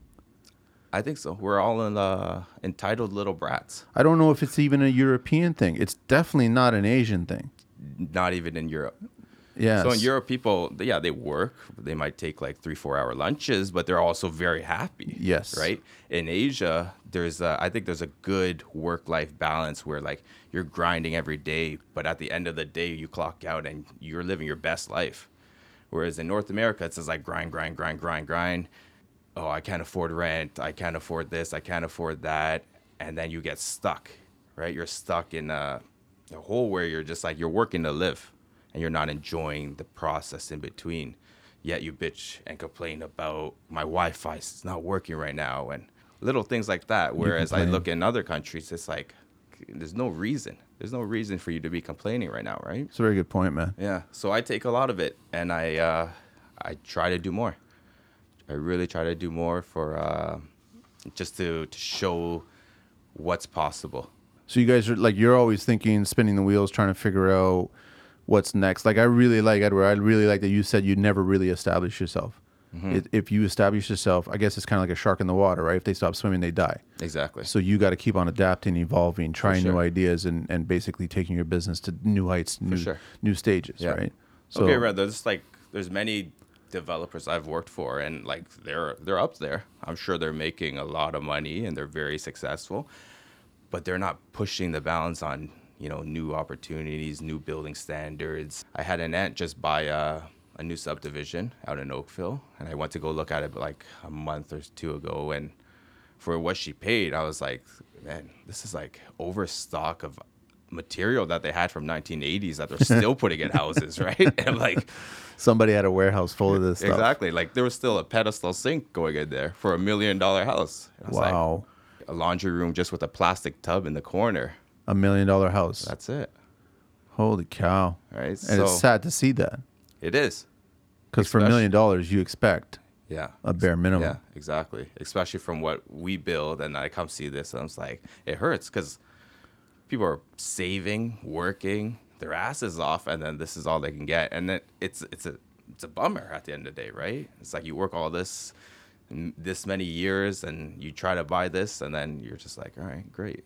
Speaker 1: I think so. We're all in, uh, entitled little brats.
Speaker 2: I don't know if it's even a European thing. It's definitely not an Asian thing.
Speaker 1: Not even in Europe.
Speaker 2: Yeah.
Speaker 1: So in Europe, people, yeah, they work. They might take like three, four hour lunches, but they're also very happy.
Speaker 2: Yes.
Speaker 1: Right. In Asia, there's, a, I think there's a good work life balance where like you're grinding every day, but at the end of the day, you clock out and you're living your best life. Whereas in North America, it's just like grind, grind, grind, grind, grind. Oh, I can't afford rent. I can't afford this. I can't afford that. And then you get stuck, right? You're stuck in a, a hole where you're just like, you're working to live and you're not enjoying the process in between. Yet you bitch and complain about my Wi Fi is not working right now and little things like that. Whereas I
Speaker 2: complain.
Speaker 1: look in other countries, it's like, there's no reason. There's no reason for you to be complaining right now, right?
Speaker 2: It's a very good point, man.
Speaker 1: Yeah. So I take a lot of it, and I uh, I try to do more. I really try to do more for uh, just to, to show what's possible.
Speaker 2: So you guys are like you're always thinking, spinning the wheels, trying to figure out what's next. Like I really like Edward. I really like that you said you never really establish yourself.
Speaker 1: Mm-hmm.
Speaker 2: If- If you establish yourself, I guess it's kind of like a shark in the water, right? If they stop swimming, they die.
Speaker 1: Exactly.
Speaker 2: So you got to keep on adapting, evolving, trying new
Speaker 1: sure.
Speaker 2: ideas, and, and basically taking your business to new heights, new
Speaker 1: sure.
Speaker 2: new stages,
Speaker 1: Yeah.
Speaker 2: right?
Speaker 1: okay, right. There's like there's many developers I've worked for, and like they're they're up there. I'm sure they're making a lot of money and they're very successful, but they're not pushing the balance on you know new opportunities, new building standards. I had an aunt just buy a, a new subdivision out in Oakville, and I went to go look at it like a month or two ago, and for what she paid, I was like, man, this is like overstock of material that they had from 1980s that they're
Speaker 2: <laughs>
Speaker 1: still putting in houses, right? <laughs> And like,
Speaker 2: Somebody had a warehouse full of this stuff.
Speaker 1: exactly, like there was still a pedestal sink going in there for a million dollar house. And I was like,
Speaker 2: Wow,
Speaker 1: a laundry room just with a plastic tub in the corner.
Speaker 2: a million dollar house.
Speaker 1: That's it,
Speaker 2: Holy cow!
Speaker 1: right?
Speaker 2: And it's sad to see that
Speaker 1: it is,
Speaker 2: because for a
Speaker 1: Especially-
Speaker 2: million dollars, you expect
Speaker 1: yeah.
Speaker 2: a bare minimum.
Speaker 1: Yeah, exactly. Especially from what we build, and I come see this, and I'm just like, it hurts because people are saving, working their asses off, and then this is all they can get, and it, it's it's a it's a bummer at the end of the day, right? It's like you work all this m- this many years, and you try to buy this, and then you're just like, all right, great.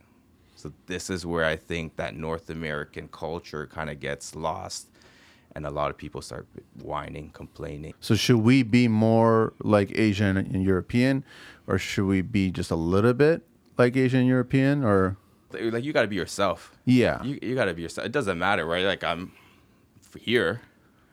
Speaker 1: So this is where I think that North American culture kind of gets lost, and a lot of people start whining, complaining.
Speaker 2: So should we be more like Asian and European, or should we be just a little bit like Asian and European? Or
Speaker 1: like you got to be yourself.
Speaker 2: Yeah.
Speaker 1: you, you got to be yourself. It doesn't matter, right? Like I'm f- here,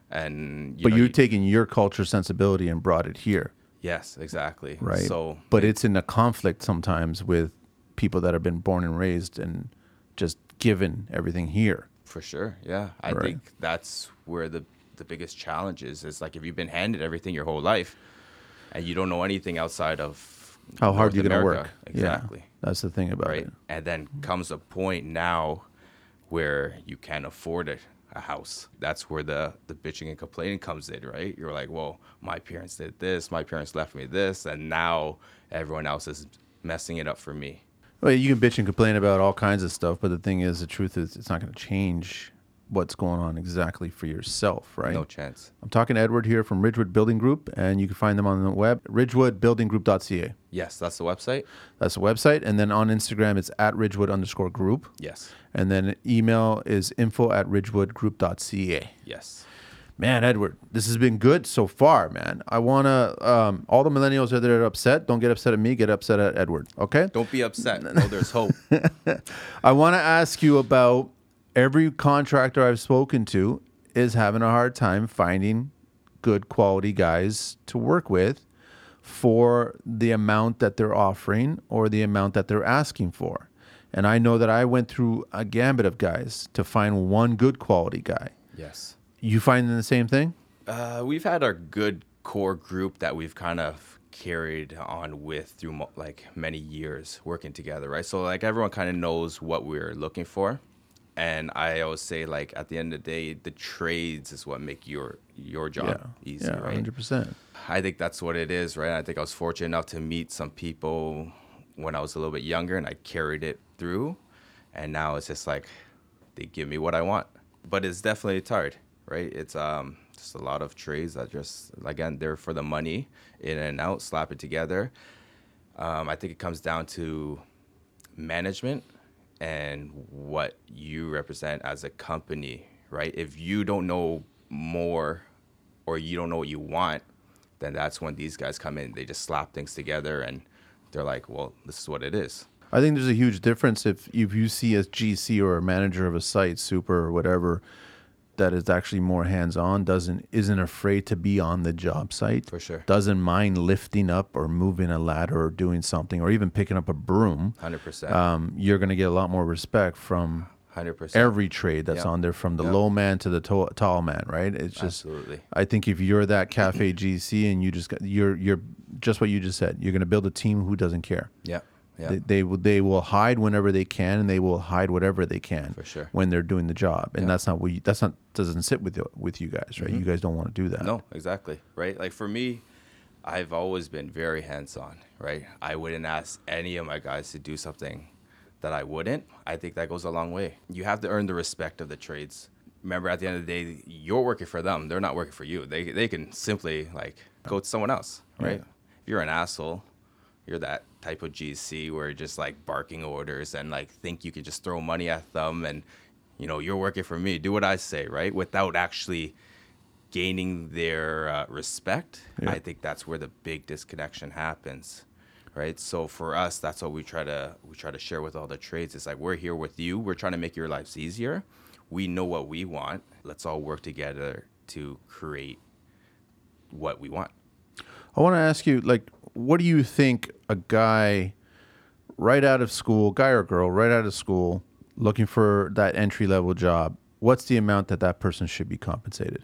Speaker 1: and you
Speaker 2: but
Speaker 1: know,
Speaker 2: you're
Speaker 1: you-
Speaker 2: taking your culture sensibility and brought it here,
Speaker 1: yes, exactly.
Speaker 2: right?
Speaker 1: So,
Speaker 2: but it's in a conflict sometimes with people that have been born and raised and just given everything here.
Speaker 1: for sure, yeah, I
Speaker 2: Right.
Speaker 1: think that's where the the biggest challenge is. Is like if you've been handed everything your whole life, and you don't know anything outside of
Speaker 2: How hard
Speaker 1: North
Speaker 2: you gonna
Speaker 1: America.
Speaker 2: work?
Speaker 1: exactly.
Speaker 2: Yeah, that's the thing about
Speaker 1: right?
Speaker 2: it.
Speaker 1: And then comes a point now where you can't afford a, a house. That's where the the bitching and complaining comes in, right? You're like, well, my parents did this, my parents left me this, and now everyone else is messing it up for me.
Speaker 2: Well, you can bitch and complain about all kinds of stuff, but the thing is, the truth is, it's not going to change what's going on exactly for yourself, right?
Speaker 1: No chance.
Speaker 2: I'm talking to Edward here from Ridgewood Building Group, and you can find them on the web, ridgewoodbuildinggroup.ca.
Speaker 1: Yes, that's the website.
Speaker 2: That's the website. And then on Instagram, it's at ridgewood underscore group.
Speaker 1: Yes.
Speaker 2: And then email is info at ridgewoodgroup.ca.
Speaker 1: Yes.
Speaker 2: Man, Edward, this has been good so far, man. I want to, um, all the millennials that are upset, don't get upset at me, get upset at Edward, okay?
Speaker 1: Don't be upset. No, there's hope.
Speaker 2: I want to ask you about every contractor I've spoken to is having a hard time finding good quality guys to work with for the amount that they're offering or the amount that they're asking for. And I know that I went through a gambit of guys to find one good quality guy.
Speaker 1: yes.
Speaker 2: You finding the same thing?
Speaker 1: Uh, we've had our good core group that we've kind of carried on with through mo- like many years working together, right? So like everyone kind of knows what we're looking for, and I always say like at the end of the day, the trades is what make your your job easy,
Speaker 2: yeah,
Speaker 1: right?
Speaker 2: 100%.
Speaker 1: I think that's what it is, right? I think I was fortunate enough to meet some people when I was a little bit younger and I carried it through. And now it's just like they give me what I want. But it's definitely tired, right? It's um just a lot of trades that just again they're for the money, in and out, slap it together. Um, I think it comes down to management and what you represent as a company, right? If you don't know more or you don't know what you want, then that's when these guys come in. They just slap things together and they're like, well, this is what it is.
Speaker 2: I think there's a huge difference if if you see a GC or a manager of a site, super or whatever, that is actually more hands on, doesn't isn't afraid to be on the job site.
Speaker 1: For sure.
Speaker 2: Doesn't mind lifting up or moving a ladder or doing something or even picking up a broom.
Speaker 1: 100%.
Speaker 2: Um, you're gonna get a lot more respect from
Speaker 1: 100%.
Speaker 2: every trade that's
Speaker 1: Yeah.
Speaker 2: on there, from the
Speaker 1: Yeah.
Speaker 2: low man to the to- tall man, right? It's just
Speaker 1: Absolutely.
Speaker 2: I think if you're that cafe GC and you just got, you're you're just what you just said, you're gonna build a team who doesn't care.
Speaker 1: yeah. Yeah.
Speaker 2: They, they will they will hide whenever they can, and they will hide whatever they can
Speaker 1: For sure.
Speaker 2: when they're doing the job. And that's not what you, that's not doesn't sit with you, with you guys, right?
Speaker 1: Mm-hmm.
Speaker 2: You guys don't want to do that.
Speaker 1: No, exactly. Right. Like for me, I've always been very hands on. Right. I wouldn't ask any of my guys to do something that I wouldn't. I think that goes a long way. You have to earn the respect of the trades. Remember, at the end of the day, you're working for them. They're not working for you. They they can simply like go to someone else. Right.
Speaker 2: Yeah.
Speaker 1: If you're an asshole, you're that type of GC where you're just like barking orders and like think you can just throw money at them and you know you're working for me. Do what I say, right? Without actually gaining their uh, respect, I think that's where the big disconnection happens, right? So for us, that's what we try to we try to share with all the trades. It's like we're here with you. We're trying to make your lives easier. We know what we want. Let's all work together to create what we want.
Speaker 2: I want to ask you, like, what do you think a guy right out of school, guy or girl, right out of school, looking for that entry level job? What's the amount that that person should be compensated?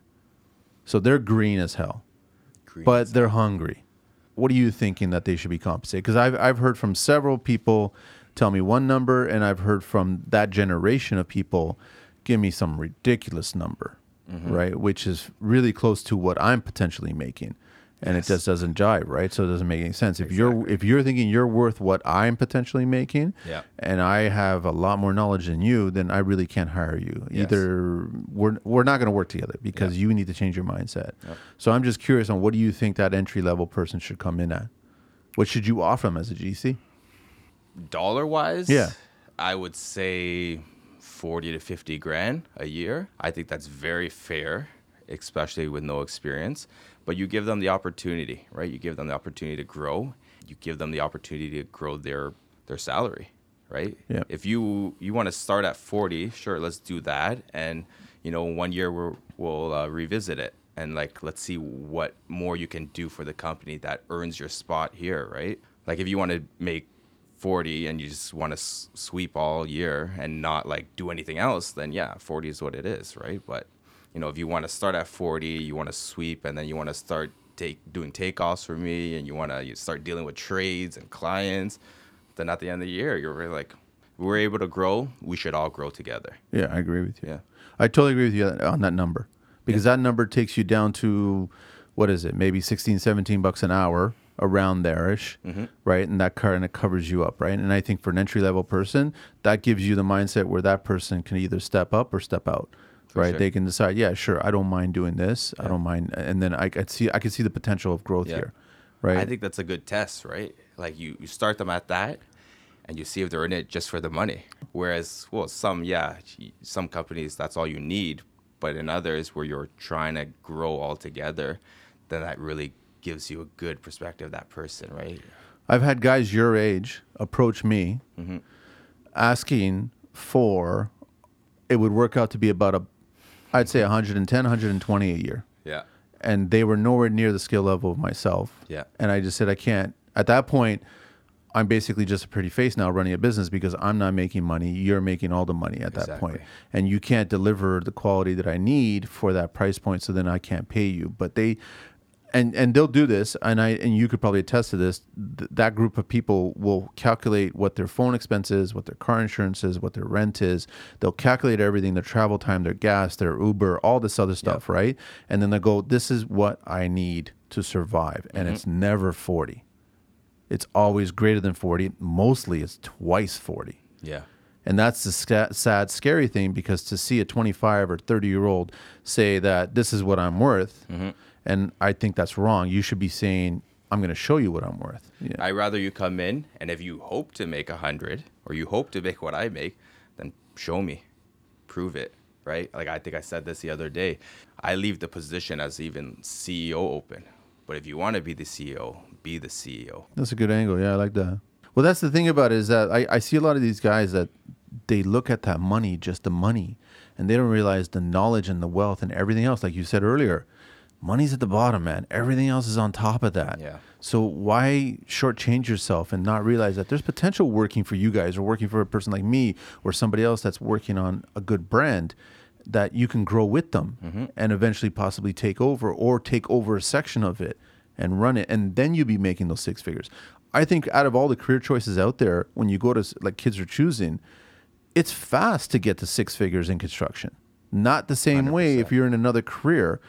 Speaker 2: So they're green as hell.
Speaker 1: Green
Speaker 2: but they're hungry. What are you thinking that they should be compensated? Because I've, I've heard from several people tell me one number, and I've heard from that generation of people give me some ridiculous number, right? Which is really close to what I'm potentially making. And it just doesn't jive, right? So it doesn't make any sense. If you're if you're thinking you're worth what I'm potentially making,
Speaker 1: Yeah.
Speaker 2: and I have a lot more knowledge than you, then I really can't hire you.
Speaker 1: Yes.
Speaker 2: Either we're we're not going to work together because you need to change your mindset. So I'm just curious on what do you think that entry level person should come in at? What should you offer them as a GC?
Speaker 1: dollar wise,
Speaker 2: Yeah.
Speaker 1: I would say 40 to 50 grand a year. I think that's very fair, especially with no experience. But you give them the opportunity, right? You give them the opportunity to grow. You give them the opportunity to grow their their salary, right?
Speaker 2: Yeah.
Speaker 1: If you you want to start at 40, sure, let's do that and you know, one year we're, we'll uh, revisit it and like let's see what more you can do for the company that earns your spot here, right? Like if you want to make 40 and you just want to s- sweep all year and not like do anything else, then yeah, 40 is what it is, right? But you know, if you want to start at 40, you want to sweep and then you want to start take doing takeoffs for me and you want to you start dealing with trades and clients, then at the end of the year, you're really like, we're able to grow, we should all grow together.
Speaker 2: Yeah, I agree with you.
Speaker 1: Yeah.
Speaker 2: I totally agree with you on that number because that number takes you down to what is it? Maybe 16, 17 bucks an hour around there ish,
Speaker 1: Mm-hmm.
Speaker 2: right? And that kind of covers you up, right? And I think for an entry level person, that gives you the mindset where that person can either step up or step out. right?
Speaker 1: sure.
Speaker 2: They can decide, yeah, sure, I don't mind doing this. I don't mind, and then I could see I could see the potential of growth
Speaker 1: Yeah.
Speaker 2: here, right?
Speaker 1: I think that's a good test, right? Like you, you start them at that and you see if they're in it just for the money. Whereas, well, some, yeah, some companies, that's all you need. But in others where you're trying to grow altogether, then that really gives you a good perspective of that person, right?
Speaker 2: I've had guys your age approach me asking for it would work out to be about a I'd say 110, 120 a year.
Speaker 1: Yeah.
Speaker 2: And they were nowhere near the skill level of myself.
Speaker 1: Yeah.
Speaker 2: And I just said I can't at that point I'm basically just a pretty face now running a business because I'm not making money. You're making all the money at that point.
Speaker 1: Exactly.
Speaker 2: And you can't deliver the quality that I need for that price point. So then I can't pay you. But they, and and they'll do this. And I and you could probably attest to this. Th- that group of people will calculate what their phone expense is, what their car insurance is, what their rent is. They'll calculate everything: their travel time, their gas, their Uber, all this other stuff, right? And then they go, "This is what I need to survive." And it's never forty it's always greater than 40 mostly it's twice 40
Speaker 1: Yeah.
Speaker 2: and that's the sca- sad scary thing because to see a 25 or 30 year old say that this is what i'm worth and i think that's wrong you should be saying i'm going to show you what i'm worth yeah.
Speaker 1: I'd rather you come in and if you hope to make a hundred or you hope to make what I make, then show me, prove it, right? Like I think I said this the other day. I leave the position as even CEO open, but if you want to be the CEO, be the E CEO.
Speaker 2: That's a good angle. Yeah, I like that. Well, that's the thing about it is that I, I see a lot of these guys that they look at that money, just the money, and they don't realize the knowledge and the wealth and everything else. Like you said earlier, money's at the bottom, man. Everything else is on top of that.
Speaker 1: Yeah.
Speaker 2: So why shortchange yourself and not realize that there's potential working for you guys or working for a person like me or somebody else that's working on a good brand that you can grow with them and eventually possibly take over or take over a section of it and run it and then you'll be making those six figures. I think out of all the career choices out there when you go to s- like kids are choosing it's fast to get to six figures in construction. Not the same way if you're in another career,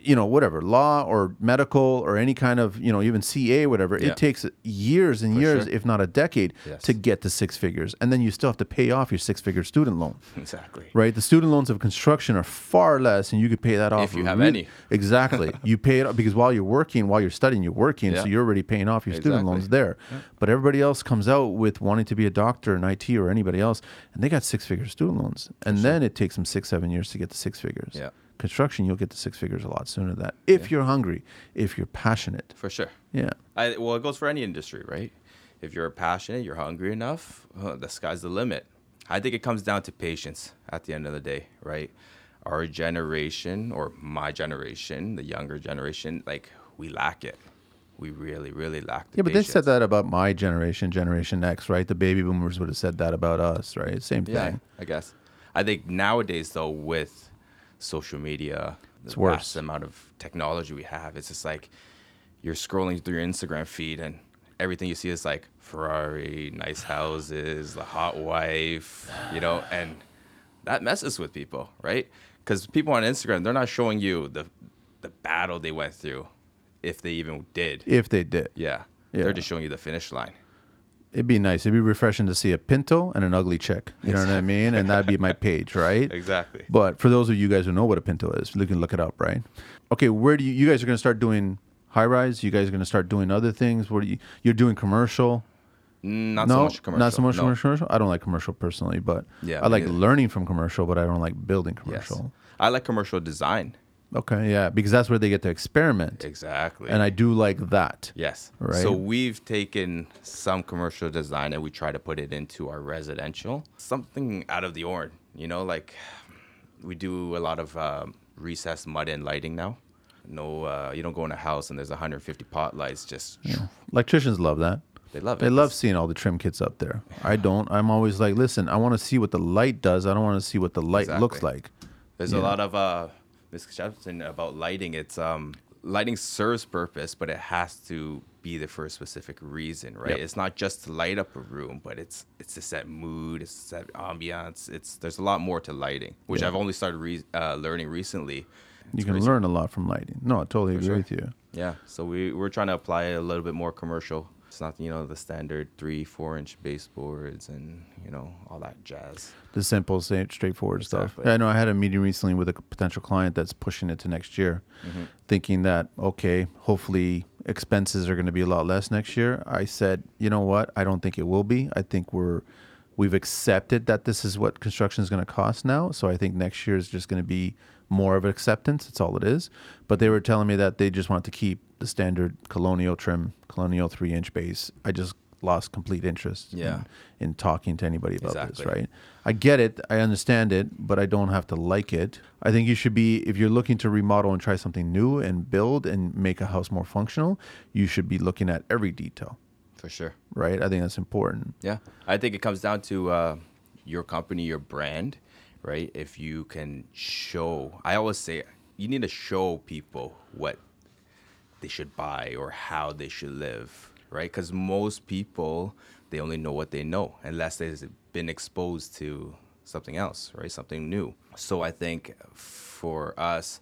Speaker 2: you know, whatever, law or medical or any kind of, you know, even CA, whatever.
Speaker 1: Yeah.
Speaker 2: It takes years and years,
Speaker 1: sure.
Speaker 2: if not a decade,
Speaker 1: Yes.
Speaker 2: to get to six figures. And then you still have to pay off your six figure student loan,
Speaker 1: Exactly.
Speaker 2: right? The student loans of construction are far less, and you could pay that off
Speaker 1: you have
Speaker 2: re-
Speaker 1: any.
Speaker 2: <laughs> Exactly. you pay it off because while you're working, while you're studying, you're working.
Speaker 1: Yeah.
Speaker 2: So you're already paying off your student
Speaker 1: Exactly.
Speaker 2: loans there. But everybody else comes out with wanting to be a doctor, an IT, or anybody else, and they got six figure student loans. And then it takes them six, seven years to get to six figures.
Speaker 1: Yeah.
Speaker 2: Construction, you'll get to six figures a lot sooner than that if you're hungry, if you're passionate.
Speaker 1: For sure.
Speaker 2: Yeah.
Speaker 1: I, well, it goes for any industry, right? If you're passionate, you're hungry enough, uh, the sky's the limit. I think it comes down to patience at the end of the day, right? Our generation, or my generation, the younger generation, like we lack it. We really, really lack the
Speaker 2: Yeah, but they
Speaker 1: patience.
Speaker 2: said that about my generation, Generation X, right? The baby boomers would have said that about us, right? Same thing.
Speaker 1: Yeah, I guess. I think nowadays, though, with social media, the
Speaker 2: It's worse.
Speaker 1: vast amount of technology we have, it's just like you're scrolling through your Instagram feed and everything you see is like Ferrari, nice houses, the hot wife, you know, and that messes with people, right? Because people on Instagram, they're not showing you the the battle they went through, if they even did.
Speaker 2: If they did.
Speaker 1: Yeah,
Speaker 2: Yeah.
Speaker 1: they're just showing you the finish line.
Speaker 2: It'd be nice. It'd be refreshing to see a pinto and an ugly chick. You know what I mean? And that'd be my
Speaker 1: <laughs>
Speaker 2: page, right?
Speaker 1: Exactly.
Speaker 2: But for those of you guys who know what a pinto is, you can look it up, right? Okay, where do you, you guys are going to start doing high rise? You guys are going to start doing other things? What are you, you're doing commercial?
Speaker 1: Not
Speaker 2: no,
Speaker 1: so much commercial.
Speaker 2: not so much
Speaker 1: no.
Speaker 2: commercial. I don't like commercial personally, but
Speaker 1: Yeah,
Speaker 2: I
Speaker 1: me
Speaker 2: like
Speaker 1: neither.
Speaker 2: learning from commercial, but I don't like building
Speaker 1: Yes.
Speaker 2: commercial.
Speaker 1: I like commercial design.
Speaker 2: Okay, yeah, because that's where they get to experiment,
Speaker 1: Exactly.
Speaker 2: and I do like that.
Speaker 1: yes.
Speaker 2: Right.
Speaker 1: So we've taken some commercial design and we try to put it into our residential, something out of the orange. You know, like we do a lot of um, recessed mud and lighting now. No, uh, you don't go in a house and there's 150 pot lights. Just
Speaker 2: Electricians love that.
Speaker 1: they love it.
Speaker 2: They love seeing all the trim kits up there. I don't. I'm always like, listen, I want to see what the light does. I don't want to see what the light looks
Speaker 1: Exactly.
Speaker 2: like.
Speaker 1: There's a lot of uh, misconception about lighting. It's um, lighting serves purpose, but it has to be there for a specific reason, right?
Speaker 2: Yep.
Speaker 1: It's not just to light up a room, but it's it's to set mood, it's to set ambiance. It's there's a lot more to lighting, which
Speaker 2: Yeah.
Speaker 1: I've only started re- uh, learning recently.
Speaker 2: You can learn a lot from lighting. No, I totally agree with you.
Speaker 1: Yeah, so we we're trying to apply a little bit more commercial It's not you know the standard three, four inch baseboards and you know all that jazz.
Speaker 2: the simple, sa- straightforward stuff.
Speaker 1: Exactly.
Speaker 2: Yeah, I know I had a meeting recently with a potential client that's pushing it to next year,
Speaker 1: Mm-hmm.
Speaker 2: thinking that, okay, hopefully expenses are going to be a lot less next year. I said, you know what? I don't think it will be. I think we're. We've accepted that this is what construction is going to cost now. So I think next year is just going to be more of an acceptance. That's all it is. But they were telling me that they just want to keep the standard colonial trim, colonial three inch base. I just lost complete interest in-
Speaker 1: Yeah.
Speaker 2: in, talking to anybody about this,
Speaker 1: Exactly.
Speaker 2: right? I get it, I understand it, but I don't have to like it. I think you should be if you're looking to remodel and try something new and build and make a house more functional, you should be looking at every detail,
Speaker 1: For sure.
Speaker 2: right? I think that's important.
Speaker 1: Yeah, I think it comes down to uh, your company, your brand, right? If you can show, I always say you need to show people what they should buy or how they should live, right? Because most people they only know what they know unless they've been exposed to something else, right? Something new. So I think for us.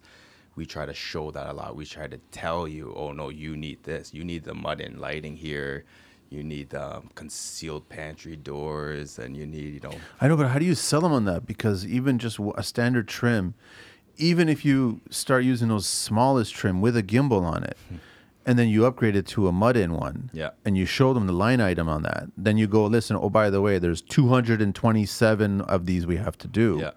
Speaker 1: We try to show that a lot. We try to tell you, oh no, you need this. You need the mud and lighting here. You need um, concealed pantry doors, and you need, you know,
Speaker 2: I know, but how do you sell them on that? Because even just w- a standard trim, even if you start using those smallest trim with a gimbal on it, and then you upgrade it to a mud in one,
Speaker 1: Hmm. Yeah.
Speaker 2: and you show them the line item on that, then you go, listen, oh, by the way, there's 227 of these we have to do.
Speaker 1: Yeah.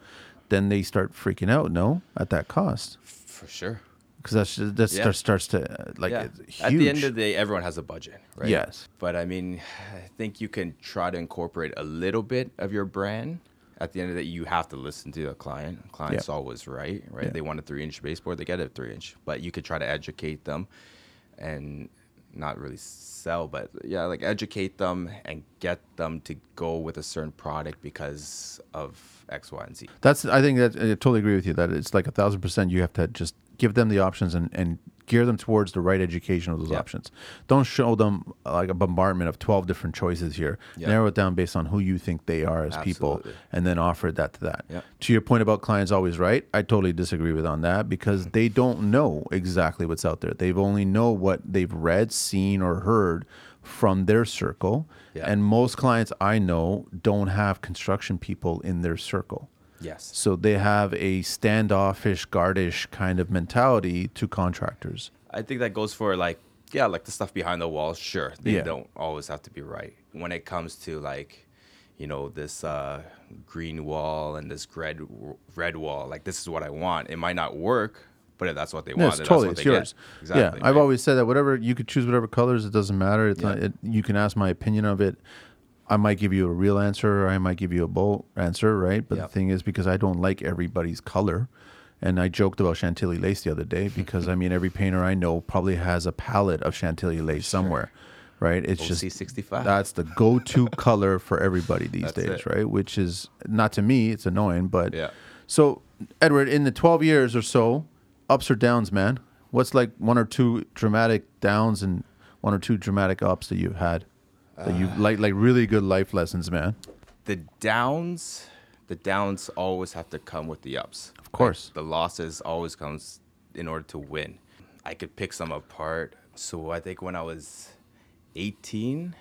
Speaker 2: Then they start freaking out, no, at that cost.
Speaker 1: for sure.
Speaker 2: Because that's, that
Speaker 1: Yeah.
Speaker 2: start- starts to, uh, like,
Speaker 1: Yeah.
Speaker 2: it's
Speaker 1: At
Speaker 2: huge.
Speaker 1: the end of the day, everyone has a budget, right?
Speaker 2: Yes.
Speaker 1: But I mean, I think you can try to incorporate a little bit of your brand. At the end of the day, you have to listen to the client. Client's
Speaker 2: Yeah.
Speaker 1: always right, right? They want a three inch baseboard, they get a three inch. But you could try to educate them and not really sell, but yeah, like educate them and get them to go with a certain product because of X, Y, and Z.
Speaker 2: That's I think that I totally agree with you that it's like a thousand percent. You have to just give them the options and and gear them towards the right education of those
Speaker 1: Yeah.
Speaker 2: options. Don't show them uh, like a bombardment of twelve different choices here.
Speaker 1: Yeah.
Speaker 2: Narrow it down based on who you think they are as people,
Speaker 1: Absolutely.
Speaker 2: and then offer that to that.
Speaker 1: Yeah.
Speaker 2: To your point about clients always right, I totally disagree with on that because
Speaker 1: Mm-hmm.
Speaker 2: they don't know exactly what's out there. They've only know what they've read, seen, or heard from their circle.
Speaker 1: Yeah.
Speaker 2: And most clients I know don't have construction people in their circle.
Speaker 1: Yes.
Speaker 2: So they have a standoffish, guardish kind of mentality to contractors.
Speaker 1: I think that goes for like yeah, like the stuff behind the walls. Sure, they
Speaker 2: Yeah.
Speaker 1: don't always have to be right when it comes to like you know this uh, green wall and this red red wall. Like this is what I want. It might not work, but if that's what they
Speaker 2: No,
Speaker 1: want,
Speaker 2: it's
Speaker 1: then
Speaker 2: totally
Speaker 1: that's
Speaker 2: it's
Speaker 1: what they
Speaker 2: yours.
Speaker 1: get. Exactly.
Speaker 2: yeah, I've
Speaker 1: right?
Speaker 2: always said that whatever you could choose, whatever colors, it doesn't matter. It's
Speaker 1: Yeah.
Speaker 2: not, it, you can ask my opinion of it. I might give you a real answer, or I might give you a bold answer, right? But
Speaker 1: Yeah.
Speaker 2: the thing is, because I don't like everybody's color, and I joked about Chantilly lace the
Speaker 1: <laughs>
Speaker 2: other day because I mean, every painter I know probably has a palette of Chantilly lace somewhere, right? It's just
Speaker 1: OC65.
Speaker 2: That's the go-to <laughs> color for everybody
Speaker 1: That's
Speaker 2: these days,
Speaker 1: it.
Speaker 2: right? Which is not to me, it's annoying, but
Speaker 1: Yeah.
Speaker 2: So, Edward, in the 12 years or so, ups or downs, man? What's like one or two dramatic downs and one or two dramatic ups that you've had? That you
Speaker 1: Uh.
Speaker 2: like like really good life lessons, man.
Speaker 1: the downs, the downs always have to come with the ups. Of
Speaker 2: course.
Speaker 1: the losses always comes in order to win. I could pick some apart. So I think when I was 18,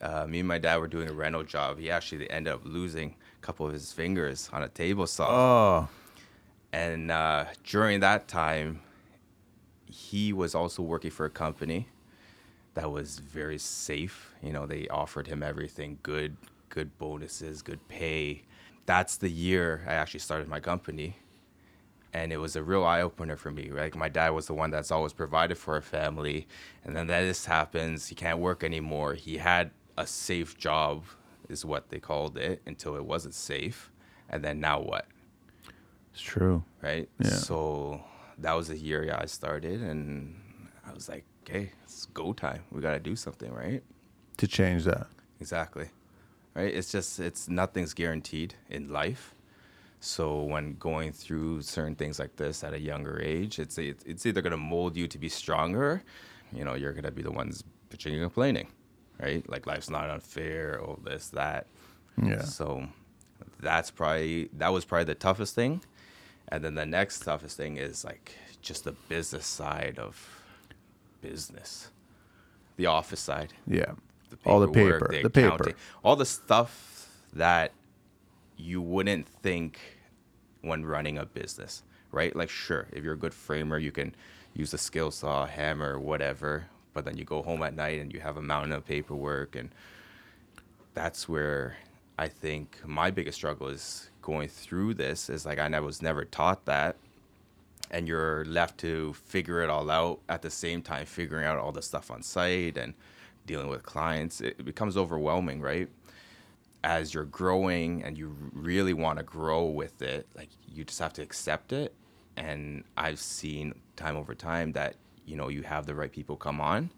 Speaker 1: uh, me and my dad were doing a rental job. He actually ended up losing a couple of his fingers on a table saw.
Speaker 2: Oh,
Speaker 1: And uh, during that time, he was also working for a company that was very safe. You know, they offered him everything good, good bonuses, good pay. That's the year I actually started my company. And it was a real eye opener for me. Like, my dad was the one that's always provided for our family. And then that this happens, he can't work anymore. He had a safe job, is what they called it, until it wasn't safe. And then now what?
Speaker 2: it's true.
Speaker 1: right?
Speaker 2: Yeah.
Speaker 1: So that was the year yeah, I started, and I was like, okay, it's go time. We gotta do something, right?
Speaker 2: To change that.
Speaker 1: Exactly, right? It's just it's nothing's guaranteed in life. So when going through certain things like this at a younger age, it's it's it's either gonna mold you to be stronger, you know, you're gonna be the ones bitching and complaining, right? Like life's not unfair, all this that.
Speaker 2: Yeah.
Speaker 1: So that's probably that was probably the toughest thing. And then the next toughest thing is like just the business side of business. The office side.
Speaker 2: Yeah.
Speaker 1: the
Speaker 2: All the
Speaker 1: paperwork,
Speaker 2: paper, the paper.
Speaker 1: accounting, all the stuff that you wouldn't think when running a business, right? Like, sure, if you're a good framer, you can use a skill saw, hammer, whatever. But then you go home at night and you have a mountain of paperwork, and that's where I think my biggest struggle is going through this. Is like I never- was never taught that, and you're left to figure it all out at the same time figuring out all the stuff on site and dealing with clients it becomes overwhelming right as you're growing and you really want to grow with it like you just have to accept it and i've seen time over time that you know you have the right people come on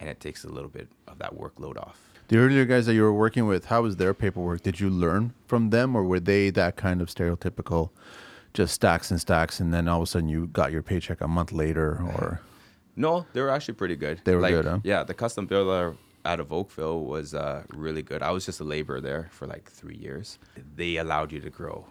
Speaker 1: and it takes a little bit of that workload off
Speaker 2: The earlier guys that you were working with, how was their paperwork? Did you learn from them, or were they that kind of stereotypical, just stacks and stacks, and then all of a sudden you got your paycheck a month later? Or
Speaker 1: No, they were actually pretty good.
Speaker 2: They were good, huh?
Speaker 1: Yeah, the custom builder out of Oakville was uh, really good. I was just a laborer there for like three years. They allowed you to grow.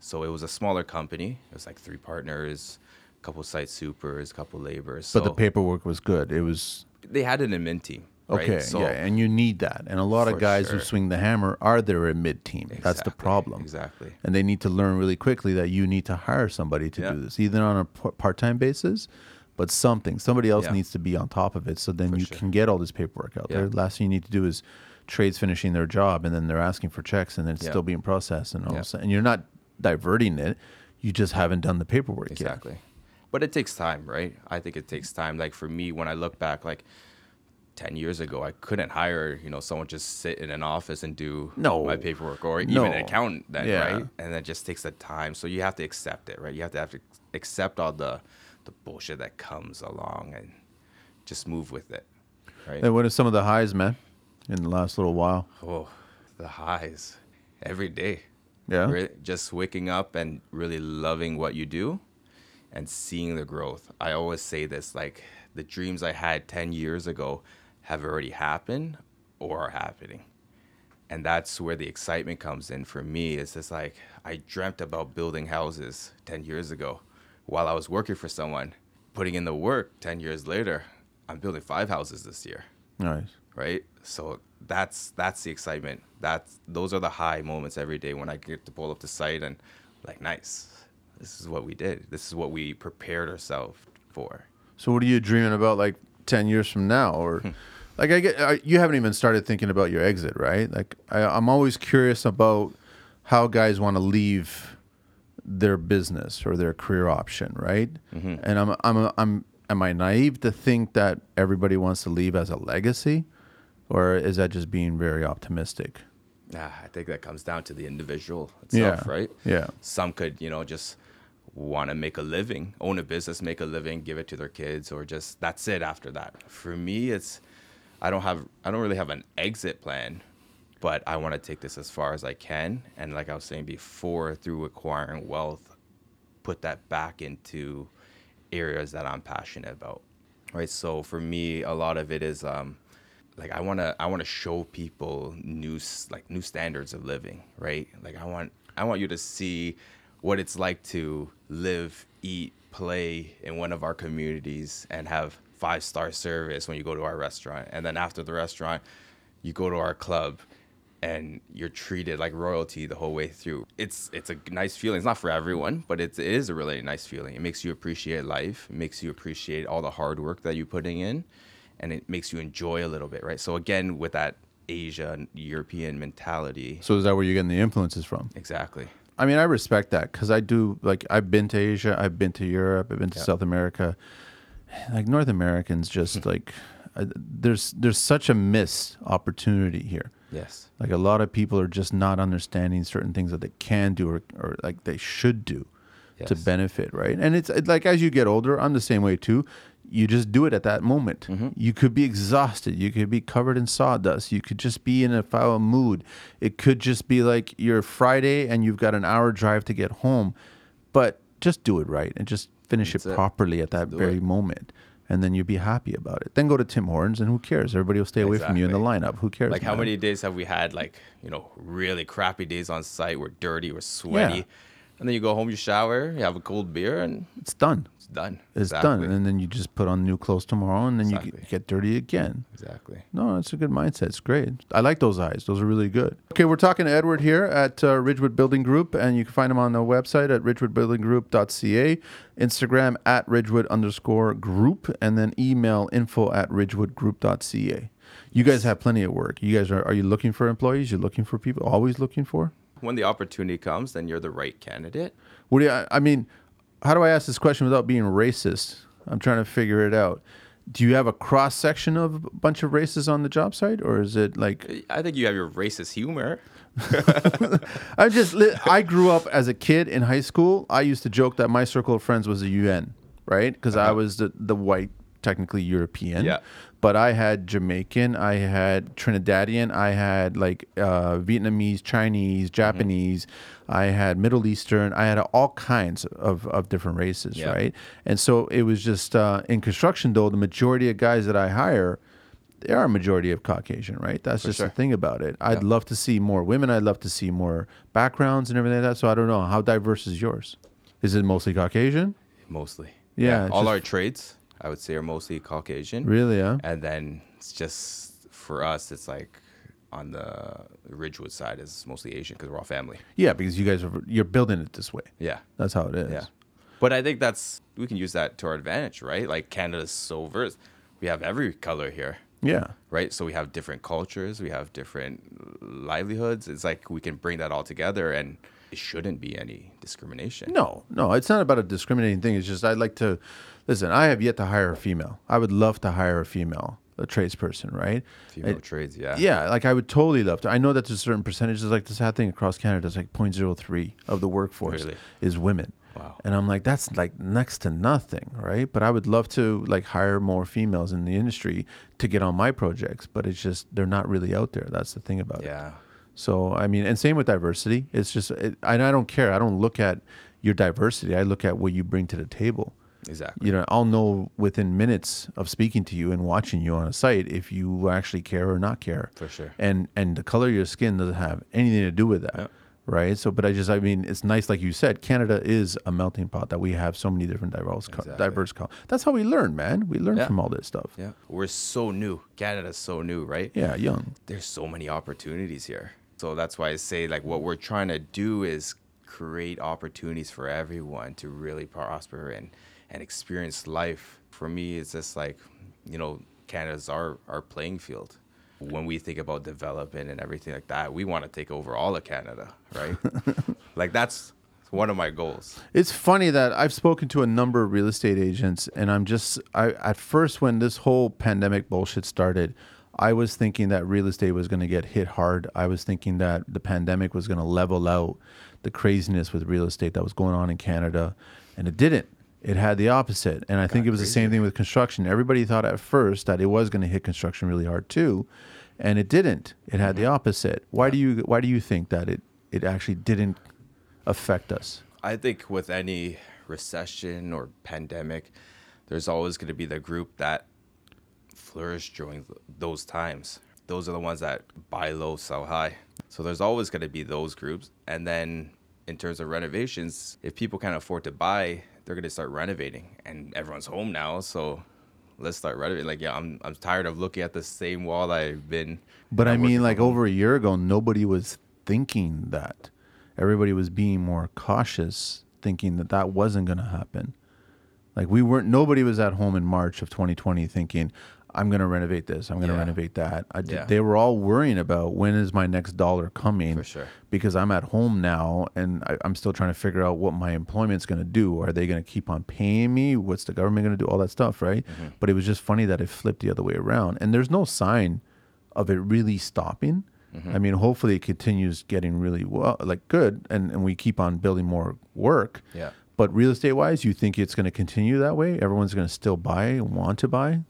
Speaker 1: So it was a smaller company. It was like three partners, a couple site supers, a couple laborers. So
Speaker 2: but the paperwork was good. It was
Speaker 1: they had an admin team. Right?
Speaker 2: okay,
Speaker 1: So-
Speaker 2: yeah, and you need that. And a lot of
Speaker 1: For
Speaker 2: guys who
Speaker 1: sure.
Speaker 2: swing the hammer are there a mid team. That's the
Speaker 1: Exactly,
Speaker 2: problem.
Speaker 1: Exactly.
Speaker 2: And they need to learn really quickly that you need to hire somebody to
Speaker 1: Yeah.
Speaker 2: do this, either on a part time basis, but something. Somebody else
Speaker 1: Yeah.
Speaker 2: needs to be on top of it. So then you
Speaker 1: sure.
Speaker 2: can get all this paperwork out
Speaker 1: Yeah.
Speaker 2: there. Last thing you need to do is trades finishing their job and then they're asking for checks and then it's
Speaker 1: Yeah.
Speaker 2: still being processed and all
Speaker 1: Yeah.
Speaker 2: of a sudden, and you're not diverting it. You just haven't done the paperwork yet.
Speaker 1: Exactly. But it takes time, right? I think it takes time. Like for me, when I look back, like ten years ago, I couldn't hire you know someone just sit in an office and do
Speaker 2: No.
Speaker 1: my paperwork or
Speaker 2: No.
Speaker 1: even an accountant, then,
Speaker 2: Yeah.
Speaker 1: right? And that just takes the time. So you have to accept it, right? You have to have to accept all the the bullshit that comes along and just move with it, right?
Speaker 2: And what are some of the highs, man, in the last little while?
Speaker 1: Oh, the highs every day.
Speaker 2: Yeah.
Speaker 1: Re- just waking up and really loving what you do and seeing the growth. I always say this like the dreams I had 10 years ago have already happened or are happening. And that's where the excitement comes in for me. It's just like I dreamt about building houses 10 years ago while I was working for someone, putting in the work 10 years later. I'm building five houses this year
Speaker 2: Nice.
Speaker 1: right? So that's that's the excitement. That's those are the high moments every day when I get to pull up the site and like, nice, this is what we did. This is what we prepared ourselves for.
Speaker 2: So what are you dreaming about like 10 years from now or like I get I, you haven't even started thinking about your exit, right? Like I, I'm always curious about how guys want to leave their business or their career option, right? And I'm I'm I'm am I naive to think that everybody wants to leave as a legacy or is that just being very optimistic?
Speaker 1: Ah, I think that comes down to the individual itself,
Speaker 2: Yeah,
Speaker 1: right?
Speaker 2: yeah.
Speaker 1: Some could, you know, just want to make a living, own a business, make a living, give it to their kids, or just that's it after that. For me, it's I don't have I don't really have an exit plan, but I want to take this as far as I can. And like I was saying before, through acquiring wealth, put that back into areas that I'm passionate about. Right. So for me, a lot of it is um, like I wanna I wanna show people new s- like new standards of living. Right. Like I want I want you to see what it's like to live, eat, play in one of our communities and have five star service when you go to our restaurant, and then after the restaurant, you go to our club and you're treated like royalty the whole way through. It's it's a nice feeling. It's not for everyone, but it's, it is a really nice feeling. It makes you appreciate life. It makes you appreciate all the hard work that you're putting in, and it makes you enjoy a little bit, right? So again, with that Asia and European mentality,
Speaker 2: So is that where you're getting the influences from?
Speaker 1: exactly.
Speaker 2: I mean, I respect that because I do. Like, I've been to Asia, I've been to Europe, I've been to South America. Like North Americans, just like I, there's there's such a missed opportunity here.
Speaker 1: Yes.
Speaker 2: Like a lot of people are just not understanding certain things that they can do or, or like they should do to
Speaker 1: Yes.
Speaker 2: benefit, right? And it's it- like as you get older, I'm the same way too. You just do it at that moment.
Speaker 1: Mm-hmm.
Speaker 2: You could be exhausted. You could be covered in sawdust. You could just be in a foul mood. It could just be like you're Friday and you've got an hour drive to get home, but just do it right and just finish
Speaker 1: That's
Speaker 2: it
Speaker 1: it.
Speaker 2: properly at that
Speaker 1: do
Speaker 2: very
Speaker 1: it.
Speaker 2: moment. And then you'll be happy about it. Then go to Tim Hortons and who cares? Everybody will stay away from you in the lineup. Who cares?
Speaker 1: Like how
Speaker 2: man?
Speaker 1: many days have we had like you know really crappy days on site? We're dirty, we're sweaty. And then you go home, you shower, you have a cold beer, and
Speaker 2: It's done.
Speaker 1: it's done.
Speaker 2: It's
Speaker 1: Exactly.
Speaker 2: done. And then you just put on new clothes tomorrow and then you
Speaker 1: Exactly.
Speaker 2: g- get dirty again.
Speaker 1: Exactly.
Speaker 2: No, it's a good mindset. It's great. I like those eyes. Those are really good. Okay, we're talking to Edward here at uh, Ridgewood Building Group, and you can find him on the website at ridgewoodbuildinggroup.ca, Instagram at ridgewood underscore group, and then email info at ridgewoodgroup.ca. You guys have plenty of work. You guys are, are you looking for employees? You're looking for people? Always looking for?
Speaker 1: When the opportunity comes, then you're the right candidate.
Speaker 2: What do you, I I mean, how do I ask this question without being racist? I'm trying to figure it out. Do you have a cross section of a bunch of races on the job site, or is it like
Speaker 1: I think you have your racist humor.
Speaker 2: I just li- I grew up as a kid in high school. I used to joke that my circle of friends was a UN, right? Because I was the, the white, technically European.
Speaker 1: Yeah.
Speaker 2: But I had Jamaican, I had Trinidadian, I had like uh, Vietnamese, Chinese,
Speaker 1: Mm-hmm.
Speaker 2: Japanese, I had Middle Eastern, I had all kinds of, of different races,
Speaker 1: Yeah.
Speaker 2: right? And so it was just uh, in construction, though, the majority of guys that I hire, they are a majority of Caucasian, right? That's just
Speaker 1: sure.
Speaker 2: the thing about it. I'd love to see more women. I'd love to see more backgrounds and everything like that. So I don't know how diverse is yours. Is it mostly Caucasian?
Speaker 1: Mostly.
Speaker 2: Yeah, it's
Speaker 1: all
Speaker 2: just-
Speaker 1: our traits, I would say, are mostly Caucasian.
Speaker 2: Really? Yeah.
Speaker 1: And then it's just for us, it's like on the Ridgewood side is mostly Asian because we're all family.
Speaker 2: Yeah, because you guys are you're building it this way.
Speaker 1: Yeah.
Speaker 2: That's how it is.
Speaker 1: Yeah. But I think that's, we can use that to our advantage, right? Like Canada's so versed. We have every color here,
Speaker 2: Yeah.
Speaker 1: right? So we have different cultures, we have different livelihoods. It's like we can bring that all together and it shouldn't be any discrimination.
Speaker 2: No, no, it's not about a discriminating thing. It's just I'd like to listen. I have yet to hire a female. I would love to hire a female, a tradesperson, right?
Speaker 1: Female trades, yeah.
Speaker 2: Yeah, like I would totally love to. I know that there's certain percentages, like the sad thing across Canada is like 0.03 of the workforce
Speaker 1: Really?
Speaker 2: is women.
Speaker 1: Wow.
Speaker 2: And I'm like, that's like next to nothing, right? But I would love to like hire more females in the industry to get on my projects, but it's just they're not really out there. That's the thing about it.
Speaker 1: Yeah.
Speaker 2: So I mean, and same with diversity. It's just, it, and I don't care. I don't look at your diversity. I look at what you bring to the table
Speaker 1: Exactly.
Speaker 2: you know i'll know within minutes of speaking to you and watching you on a site if you actually care or not care
Speaker 1: For sure.
Speaker 2: and and the color of your skin doesn't have anything to do with that right so but i just i mean it's nice like you said canada is a melting pot that we have so many different diverse co-
Speaker 1: Exactly.
Speaker 2: diverse co- that's how we learn man we learn
Speaker 1: Yeah.
Speaker 2: from all this stuff
Speaker 1: Yeah. We're so new. Canada's so new, right?
Speaker 2: yeah young
Speaker 1: there's so many opportunities here. So that's why I say like what we're trying to do is create opportunities for everyone to really prosper and and experience life. For me, it's just like you know Canada's our our playing field. When we think about development and everything like that, we want to take over all of Canada, <laughs> right? like that's one of my goals.
Speaker 2: It's funny that I've spoken to a number of real estate agents, and I'm just, I at first when this whole pandemic bullshit started, I was thinking that real estate was going to get hit hard. I was thinking that the pandemic was going to level out the craziness with real estate that was going on in Canada, and it didn't. It had the opposite, and I think it was the same thing with construction. Everybody thought at first that it was going to hit construction really hard too, and it didn't. It had the opposite. Why do you Why do you think that it it actually didn't affect us?
Speaker 1: I think with any recession or pandemic, there's always going to be the group that flourish during th- those times. Those are the ones that buy low, sell high. So there's always going to be those groups. And then in terms of renovations, if people can't afford to buy, they're going to start renovating. And everyone's home now, so let's start renovating. Like, yeah, I'm I'm tired of looking at the same wall I've been.
Speaker 2: But I
Speaker 1: working
Speaker 2: mean,
Speaker 1: from
Speaker 2: like over a year ago, nobody was thinking that. Everybody was being more cautious, thinking that that wasn't going to happen. Like we weren't. Nobody was at home in March of 2020 thinking, "I'm going to renovate this. I'm going to
Speaker 1: Yeah.
Speaker 2: renovate that." I did,
Speaker 1: Yeah.
Speaker 2: They were all worrying about when is my next dollar coming.
Speaker 1: For sure.
Speaker 2: Because I'm at home now, and I, I'm still trying to figure out what my employment's going to do. Are they going to keep on paying me? What's the government going to do? All that stuff, right?
Speaker 1: Mm-hmm.
Speaker 2: But it was just funny that it flipped the other way around, and there's no sign of it really stopping.
Speaker 1: Mm-hmm.
Speaker 2: I mean, hopefully it continues getting really well, like good, and, and we keep on building more work.
Speaker 1: Yeah.
Speaker 2: But real estate wise, you think it's going to continue that way? Everyone's going to still buy, and want to buy?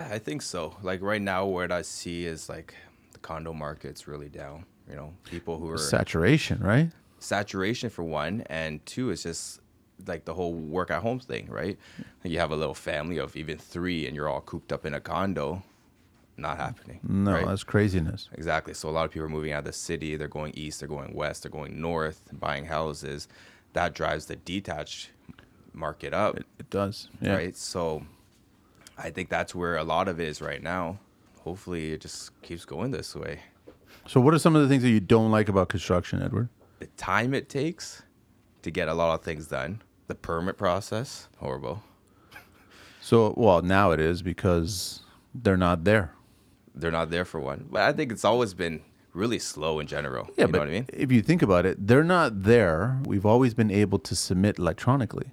Speaker 1: I think so. Like right now, what I see is like the condo market's really down. You know, people who are
Speaker 2: Saturation, right?
Speaker 1: saturation for one, and two is just like the whole work at home thing, right? You have a little family of even three, and you're all cooped up in a condo. Not happening.
Speaker 2: No,
Speaker 1: right?
Speaker 2: that's craziness.
Speaker 1: Exactly. So a lot of people are moving out of the city. They're going east. They're going west. They're going north, buying houses. that drives the detached market up,
Speaker 2: It does. Yeah.
Speaker 1: right? So I think that's where a lot of it is right now. Hopefully, it just keeps going this way.
Speaker 2: So, what are some of the things that you don't like about construction, Edward?
Speaker 1: The time it takes to get a lot of things done, the permit process, horrible.
Speaker 2: So, well, now it is because they're not there.
Speaker 1: They're not there for one. But I think it's always been really slow in general.
Speaker 2: Yeah,
Speaker 1: you
Speaker 2: but
Speaker 1: know what I mean?
Speaker 2: if you think about it, they're not there. We've always been able to submit electronically.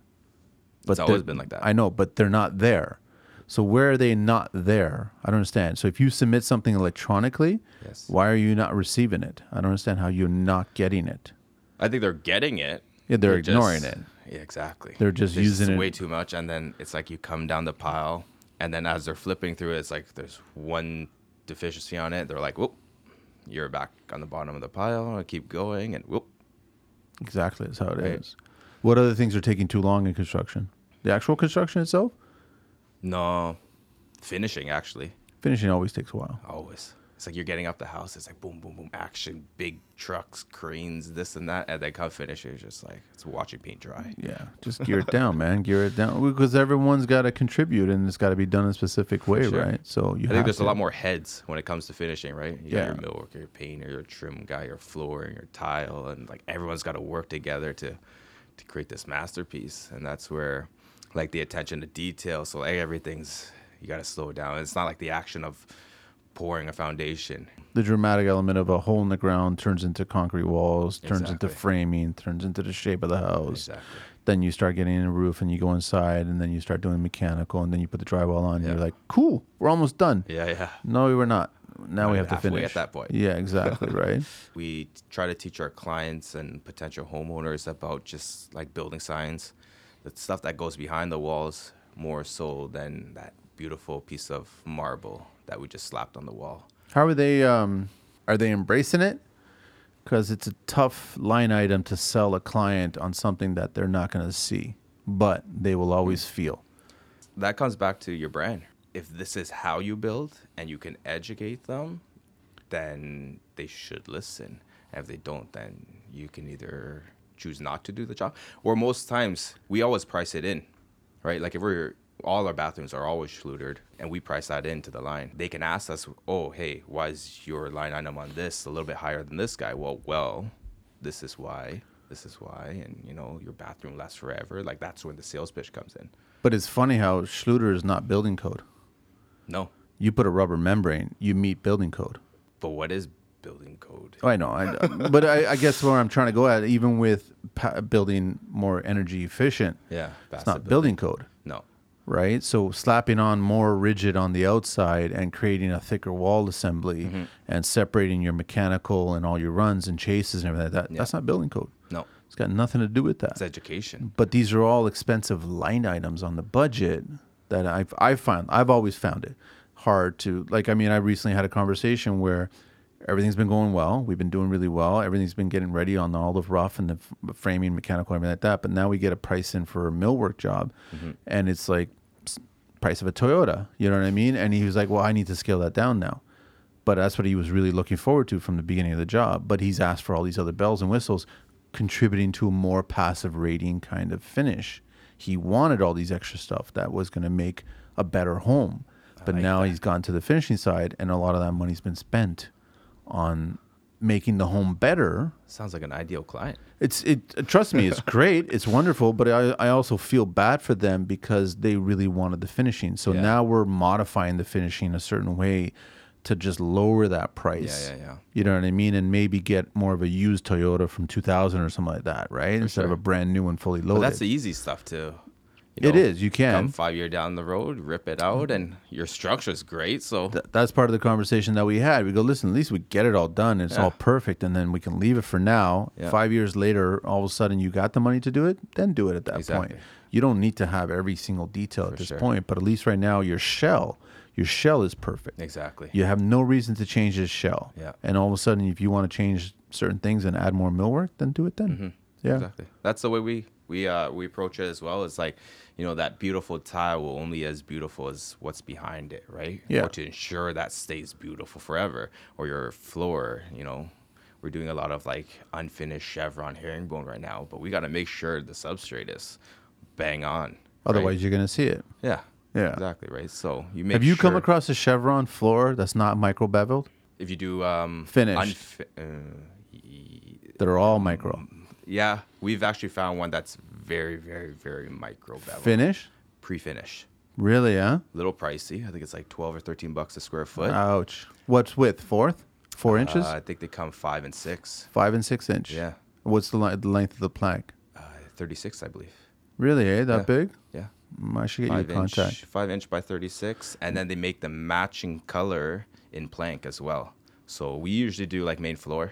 Speaker 2: But
Speaker 1: It's always
Speaker 2: they're-
Speaker 1: been like that.
Speaker 2: I know, but they're not there. So where are they not there? I don't understand. So if you submit something electronically,
Speaker 1: Yes.
Speaker 2: why are you not receiving it? I don't understand how you're not getting it.
Speaker 1: I think they're getting it.
Speaker 2: Yeah, they're
Speaker 1: just-
Speaker 2: ignoring it.
Speaker 1: Yeah, exactly.
Speaker 2: They're just
Speaker 1: This is
Speaker 2: using it-
Speaker 1: way too much, and then it's like you come down the pile, and then as they're flipping through it, it's like there's one deficiency on it. They're like, "Whoop, you're back on the bottom of the pile." I keep going, and whoop.
Speaker 2: Exactly, that's how it is.
Speaker 1: Right.
Speaker 2: What other things are taking too long in construction? The actual construction itself,
Speaker 1: No, finishing actually
Speaker 2: finishing always takes a while.
Speaker 1: always. It's like you're getting up the house. It's like boom, boom, boom, action, big trucks, cranes, this and that, and then come finish. It's just like it's watching paint dry.
Speaker 2: Yeah, just gear it down, man. Gear it down because everyone's got to contribute and it's got to be done in a specific way,
Speaker 1: sure.
Speaker 2: right? So you
Speaker 1: I
Speaker 2: have
Speaker 1: think there's
Speaker 2: to.
Speaker 1: a lot more heads when it comes to finishing, right? You yeah.
Speaker 2: Yeah.
Speaker 1: Got your millworker, your painter, your trim guy, your flooring, your tile, and like everyone's got to work together to to create this masterpiece. And that's where like the attention to detail. So like everything's you got to slow down. It's not like the action of pouring a foundation.
Speaker 2: the dramatic element of a hole in the ground turns into concrete walls, turns into
Speaker 1: Exactly.
Speaker 2: framing, turns into the shape of the house.
Speaker 1: Exactly.
Speaker 2: Then you start getting a roof and you go inside and then you start doing mechanical and then you put the drywall on and
Speaker 1: Yeah.
Speaker 2: you're like, cool, we're almost done.
Speaker 1: Yeah, yeah.
Speaker 2: No, we were not. Now we have to
Speaker 1: halfway at
Speaker 2: finish.
Speaker 1: that point. <laughs>
Speaker 2: Yeah, exactly, right?
Speaker 1: we t- try to teach our clients and potential homeowners about just like building science, the stuff that goes behind the walls more so than that beautiful piece of marble that we just slapped on the wall.
Speaker 2: How are they? Um, are they embracing it? Because it's a tough line item to sell a client on something that they're not going to see, but they will always feel.
Speaker 1: That comes back to your brand. If this is how you build and you can educate them, then they should listen. And if they don't, then you can either choose not to do the job, or most times we always price it in, right? Like if we're all our bathrooms are always schlutered, and we price that into the line. They can ask us, "Oh, hey, why is your line item on this a little bit higher than this guy?" Well, well, this is why. This is why, and you know your bathroom lasts forever. Like that's when the sales pitch comes in.
Speaker 2: But it's funny how Schluter is not building code.
Speaker 1: No,
Speaker 2: You put a rubber membrane, you meet building code.
Speaker 1: but what is building code?
Speaker 2: Oh, I know, I, but I, I guess where I'm trying to go at, even with pa- building more energy efficient,
Speaker 1: Yeah,
Speaker 2: it's not building code.
Speaker 1: No,
Speaker 2: right? So slapping on more rigid on the outside and creating a thicker wall assembly and separating your mechanical and all your runs and chases and everything like that. That's not building code.
Speaker 1: no,
Speaker 2: It's got nothing to do with that.
Speaker 1: it's education.
Speaker 2: but these are all expensive line items on the budget that I've I found I've always found it hard to like I mean I recently had a conversation where everything's been going well we've been doing really well everything's been getting ready on all the rough and the f- framing mechanical everything like that but now we get a price in for a millwork job and it's like s- price of a Toyota you know what I mean and he was like well I need to scale that down now but that's what he was really looking forward to from the beginning of the job. But he's asked for all these other bells and whistles, contributing to a more passive rating kind of finish. He wanted all these extra stuff that was going to make a better home. But now he's gone to the finishing side, and a lot of that money's been spent on making the home better.
Speaker 1: Sounds like an ideal client.
Speaker 2: It's it. uh, Trust
Speaker 1: <laughs>
Speaker 2: me, it's great. It's wonderful. But I, I also feel bad for them because they really wanted the finishing. So
Speaker 1: Yeah.
Speaker 2: now we're modifying the finishing a certain way to just lower that price.
Speaker 1: Yeah, yeah, yeah.
Speaker 2: You know what I mean? And maybe get more of a used Toyota from 2000 or something like that, right? Instead of
Speaker 1: sure.
Speaker 2: a brand new one fully
Speaker 1: But
Speaker 2: loaded.
Speaker 1: that's the easy stuff too. You
Speaker 2: It is, you can.
Speaker 1: come five year down the road, rip it out, and your structure is great. So
Speaker 2: Th- that's part of the conversation that we had. We go, listen, at least we get it all done. It's all perfect, and then we can leave it for now.
Speaker 1: Yeah.
Speaker 2: Five years later, all of a sudden you got the money to do it, then do it at that
Speaker 1: Exactly.
Speaker 2: point. You don't need to have every single detail at this
Speaker 1: sure.
Speaker 2: point, but at least right now your shell, your shell is perfect.
Speaker 1: exactly.
Speaker 2: You have no reason to change this shell.
Speaker 1: Yeah.
Speaker 2: And all of a sudden, if you want to change certain things and add more millwork, then do it then. Yeah.
Speaker 1: Mm-hmm. Exactly. That's the way we we uh, we approach it as well. It's like you know that beautiful tile will only as beautiful as what's behind it, right?
Speaker 2: Yeah.
Speaker 1: Or to ensure that stays beautiful forever, or your floor, you know, We're doing a lot of like unfinished chevron herringbone right now, but we got to make sure the substrate is bang on.
Speaker 2: Otherwise,
Speaker 1: right?
Speaker 2: you're gonna see it.
Speaker 1: yeah,
Speaker 2: Yeah.
Speaker 1: exactly right. So you make
Speaker 2: Have you come
Speaker 1: sure-
Speaker 2: across a chevron floor that's not micro beveled?
Speaker 1: if you do um
Speaker 2: Finished.
Speaker 1: unfi- uh,
Speaker 2: They're all
Speaker 1: Mm,
Speaker 2: micro.
Speaker 1: yeah, we've actually found one that's very, very, very micro bevel,
Speaker 2: Finish?
Speaker 1: pre-finish,
Speaker 2: Really? Huh?
Speaker 1: little pricey. I think it's like twelve or thirteen bucks a square foot.
Speaker 2: Ouch. What's width? Fourth? Four inches?
Speaker 1: Uh, I think they come five and six.
Speaker 2: Five and six inch.
Speaker 1: Yeah.
Speaker 2: What's the, li- the length of the plaque?
Speaker 1: Uh, Thirty-six, I believe.
Speaker 2: Really? Eh? That
Speaker 1: Yeah.
Speaker 2: big?
Speaker 1: Yeah.
Speaker 2: Mm, I should get
Speaker 1: Five
Speaker 2: you a
Speaker 1: inch,
Speaker 2: contact.
Speaker 1: five inch by thirty-six, and then they make the matching color in plank as well. So we usually do like main floor,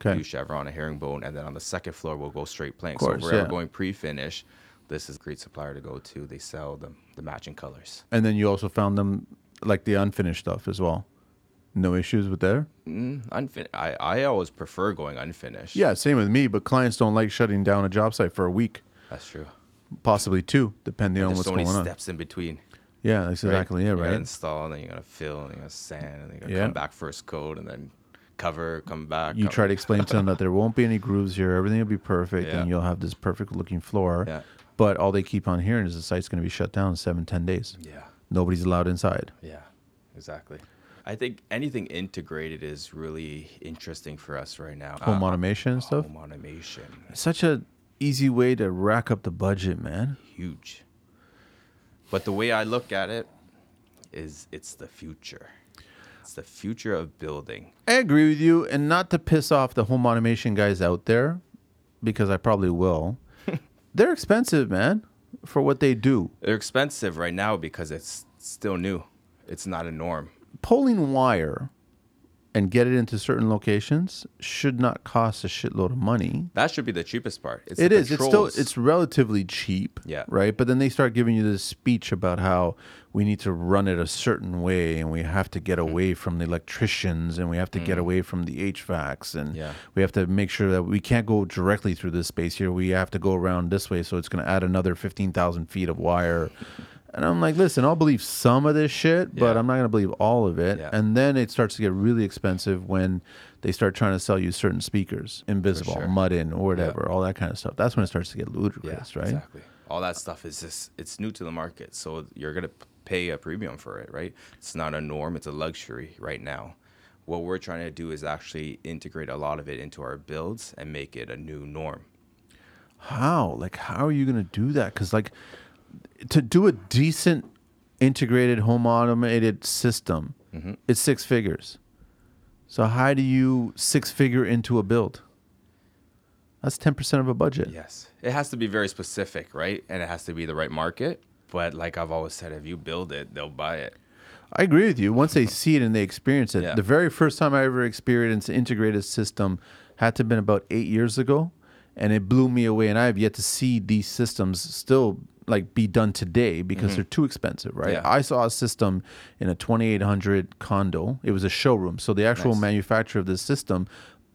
Speaker 2: Okay.
Speaker 1: do chevron, a herringbone, and then on the second floor we'll go straight plank.
Speaker 2: course,
Speaker 1: so if we're
Speaker 2: yeah.
Speaker 1: ever going pre-finish, this is a great supplier to go to. They sell the the matching colors.
Speaker 2: And then you also found them like the unfinished stuff as well. No issues with there?
Speaker 1: Unfin- I, I always prefer going unfinished.
Speaker 2: Yeah, same with me, but clients don't like shutting down a job site for a week,
Speaker 1: that's true.
Speaker 2: possibly two, depending on
Speaker 1: There's
Speaker 2: what's
Speaker 1: so
Speaker 2: going
Speaker 1: many
Speaker 2: on.
Speaker 1: steps in between.
Speaker 2: Yeah, that's exactly it,
Speaker 1: You gotta
Speaker 2: right?
Speaker 1: install, and then you gotta fill, and you gotta sand, and then you gotta
Speaker 2: Yeah.
Speaker 1: come back first coat, and then cover, come back.
Speaker 2: you
Speaker 1: come-
Speaker 2: try to explain to them
Speaker 1: <laughs>
Speaker 2: that there won't be any grooves here. Everything will be perfect,
Speaker 1: Yeah.
Speaker 2: and you'll have this perfect looking floor.
Speaker 1: Yeah.
Speaker 2: But all they keep on hearing is the site's going to be shut down in seven, ten days.
Speaker 1: Yeah,
Speaker 2: Nobody's allowed inside.
Speaker 1: yeah, exactly. I think anything integrated is really interesting for us right now.
Speaker 2: Home
Speaker 1: Uh,
Speaker 2: automation and stuff.
Speaker 1: Home automation,
Speaker 2: Such a easy way to rack up the budget, man.
Speaker 1: huge. But the way I look at it is, it's the future. It's the future of building.
Speaker 2: I agree with you, and not to piss off the home automation guys out there, because I probably will. They're expensive, man, for what they do.
Speaker 1: They're expensive right now because it's still new. It's not a norm.
Speaker 2: Pulling wire and get it into certain locations should not cost a shitload of money.
Speaker 1: That should be the cheapest part. It's
Speaker 2: It
Speaker 1: the
Speaker 2: is. It's
Speaker 1: controls.
Speaker 2: still. It's relatively cheap.
Speaker 1: Yeah.
Speaker 2: Right. But then they start giving you this speech about how we need to run it a certain way, and we have to
Speaker 1: Mm-hmm.
Speaker 2: get away from the electricians, and we have to get away from the HVACs, and
Speaker 1: Yeah.
Speaker 2: we have to make sure that we can't go directly through this space here. We have to go around this way, so it's going to add another fifteen thousand feet of wire. And I'm like, listen, I'll believe some of this shit, but
Speaker 1: Yeah.
Speaker 2: I'm not going to believe all of it.
Speaker 1: Yeah.
Speaker 2: And then it starts to get really expensive when they start trying to sell you certain speakers, invisible,
Speaker 1: sure.
Speaker 2: mud in, or whatever, all that kind of stuff. That's when it starts to get ludicrous, right?
Speaker 1: Exactly. All that stuff is just it's new to the market, so you're gonna p- pay a premium for it, right? It's not a norm; it's a luxury right now. What we're trying to do is actually integrate a lot of it into our builds and make it a new norm.
Speaker 2: How? Like, how are you going to do that? Because, like, to do a decent integrated home automated system, it's six figures. So, how do you six figure into a build? That's 10% of a budget.
Speaker 1: Yes, it has to be very specific, right? And it has to be the right market. But like I've always said, if you build it, they'll buy it.
Speaker 2: I agree with you. Once they see it and they experience it,
Speaker 1: Yeah.
Speaker 2: the very first time I ever experienced an integrated system had to have been about eight years ago, and it blew me away. And I have yet to see these systems still like be done today because they're too expensive, right?
Speaker 1: Mm-hmm. Yeah.
Speaker 2: I saw a system in a 2800 condo. It was a showroom, so the actual
Speaker 1: Nice.
Speaker 2: manufacturer of this system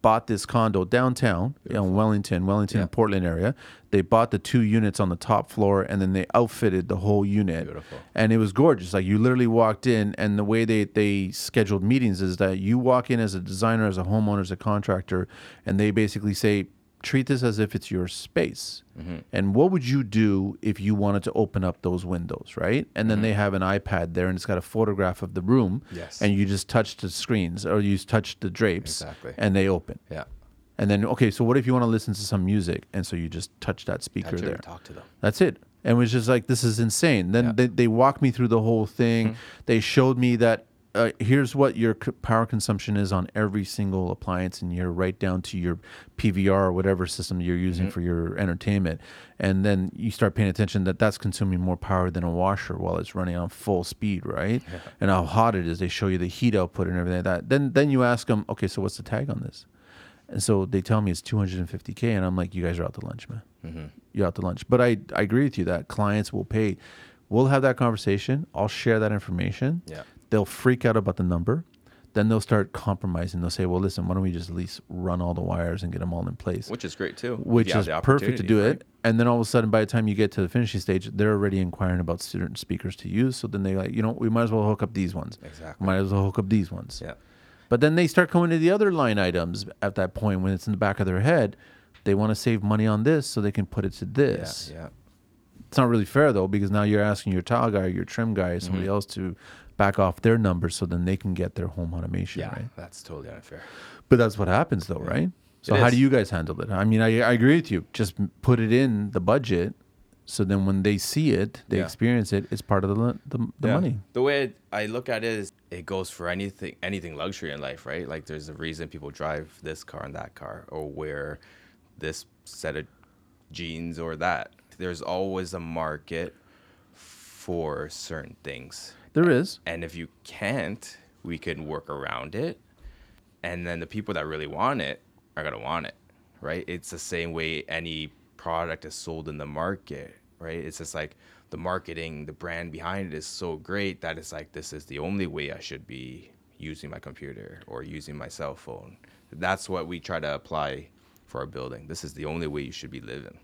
Speaker 2: bought this condo downtown in Wellington, Wellington
Speaker 1: Yeah.
Speaker 2: and Portland area. They bought the two units on the top floor, and then they outfitted the whole unit
Speaker 1: Beautiful.
Speaker 2: and it was gorgeous. Like you literally walked in, and the way they they scheduled meetings is that you walk in as a designer, as a homeowner, as a contractor, and they basically say, treat this as if it's your space.
Speaker 1: Mm-hmm.
Speaker 2: And what would you do if you wanted to open up those windows, right? And then they have an iPad there, and it's got a photograph of the room.
Speaker 1: Mm-hmm. Yes.
Speaker 2: And you just touch the screens, or you touch the drapes,
Speaker 1: Exactly.
Speaker 2: and they open.
Speaker 1: Yeah,
Speaker 2: And then okay, so what if you want to listen to some music, and so you just touch that speaker
Speaker 1: Actually,
Speaker 2: there?
Speaker 1: talk to them.
Speaker 2: That's it. And it was just like, this is insane. Then they, they walked me through the whole thing. They showed me that uh, here's what your c- power consumption is on every single appliance in here, right down to your PVR or whatever system you're using for your entertainment. And then you start paying attention that that's consuming more power than a washer while it's running on full speed, right? And how hot it is. They show you the heat output and everything like that. Then, then you ask them, okay, so what's the tag on this? And so they tell me it's 250K. And I'm like, you guys are out to lunch, man.
Speaker 1: Mm-hmm.
Speaker 2: You're out to lunch. But I, I agree with you that clients will pay. We'll have that conversation. I'll share that information.
Speaker 1: Yeah.
Speaker 2: They'll freak out about the number. Then they'll start compromising. They'll say, well, listen, why don't we just at least run all the wires and get them all in place?
Speaker 1: Which is great too. if you
Speaker 2: Which
Speaker 1: have
Speaker 2: is
Speaker 1: the
Speaker 2: perfect to
Speaker 1: opportunity,
Speaker 2: do
Speaker 1: right?
Speaker 2: it. And then all of a sudden, by the time you get to the finishing stage, they're already inquiring about certain speakers to use. So then they like, you know, we might as well hook up these ones.
Speaker 1: Exactly.
Speaker 2: Might as well hook up these ones.
Speaker 1: Yeah.
Speaker 2: But then they start coming to the other line items at that point when it's in the back of their head. They want to save money on this so they can put it to
Speaker 1: Yeah,
Speaker 2: this.
Speaker 1: yeah.
Speaker 2: It's not really fair though because now you're asking your tile guy, or your trim guy, or
Speaker 1: Mm-hmm.
Speaker 2: somebody else to back off their numbers so then they can get their home automation
Speaker 1: Yeah,
Speaker 2: right.
Speaker 1: that's totally unfair.
Speaker 2: But that's what happens though, right? So
Speaker 1: It
Speaker 2: how
Speaker 1: is.
Speaker 2: do you guys handle it? I mean, I, I agree with you. Just m- put it in the budget, so then when they see it, they
Speaker 1: Yeah.
Speaker 2: experience it. It's part of the lo- the, the
Speaker 1: Yeah.
Speaker 2: money.
Speaker 1: The way it- I look at it is it goes for anything anything luxury in life, right? Like there's a reason people drive this car and that car or wear this set of jeans or that. There's always a market for certain things.
Speaker 2: There is.
Speaker 1: And if you can't, we can work around it. And then the people that really want it are going to want it, right? It's the same way any product is sold in the market, right? It's just like the marketing, the brand behind it is so great that it's like, this is the only way I should be using my computer or using my cell phone. That's what we try to apply for our building. This is the only way you should be living.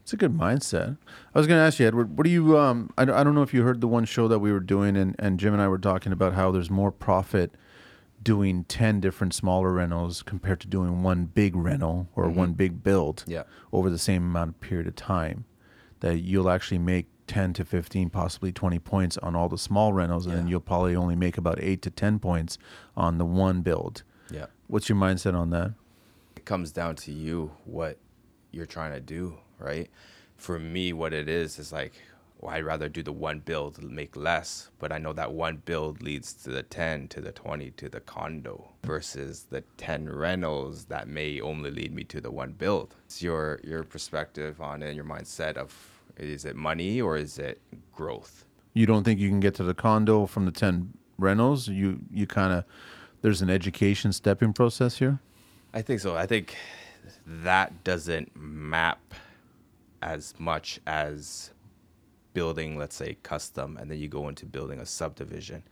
Speaker 2: It's a good mindset. I was going to ask you, Edward, what do you? Um, I, don't- I don't know if you heard the one show that we were doing, and, and Jim and I were talking about how there's more profit doing ten different smaller rentals compared to doing one big rental or one big build
Speaker 1: Mm-hmm. Yeah.
Speaker 2: over the same amount of period of time. That you'll actually make ten to fifteen, possibly twenty points on all the small rentals, and then
Speaker 1: Yeah.
Speaker 2: you'll probably only make about eight to ten points on the one build.
Speaker 1: Yeah.
Speaker 2: What's your mindset on that?
Speaker 1: it comes down to you what you're trying to do, right? For me, what it is is like, well, I'd rather do the one build, make less, but I know that one build leads to the 10, to the 20, to the condo versus the 10 rentals that may only lead me to the one build. It's your, your perspective on it, your mindset of is it money or is it growth?
Speaker 2: you don't think you can get to the condo from the 10 rentals you you kind of there's an education stepping process here
Speaker 1: I think so. I think that doesn't map as much as building, let's say, custom, and then you go into building a subdivision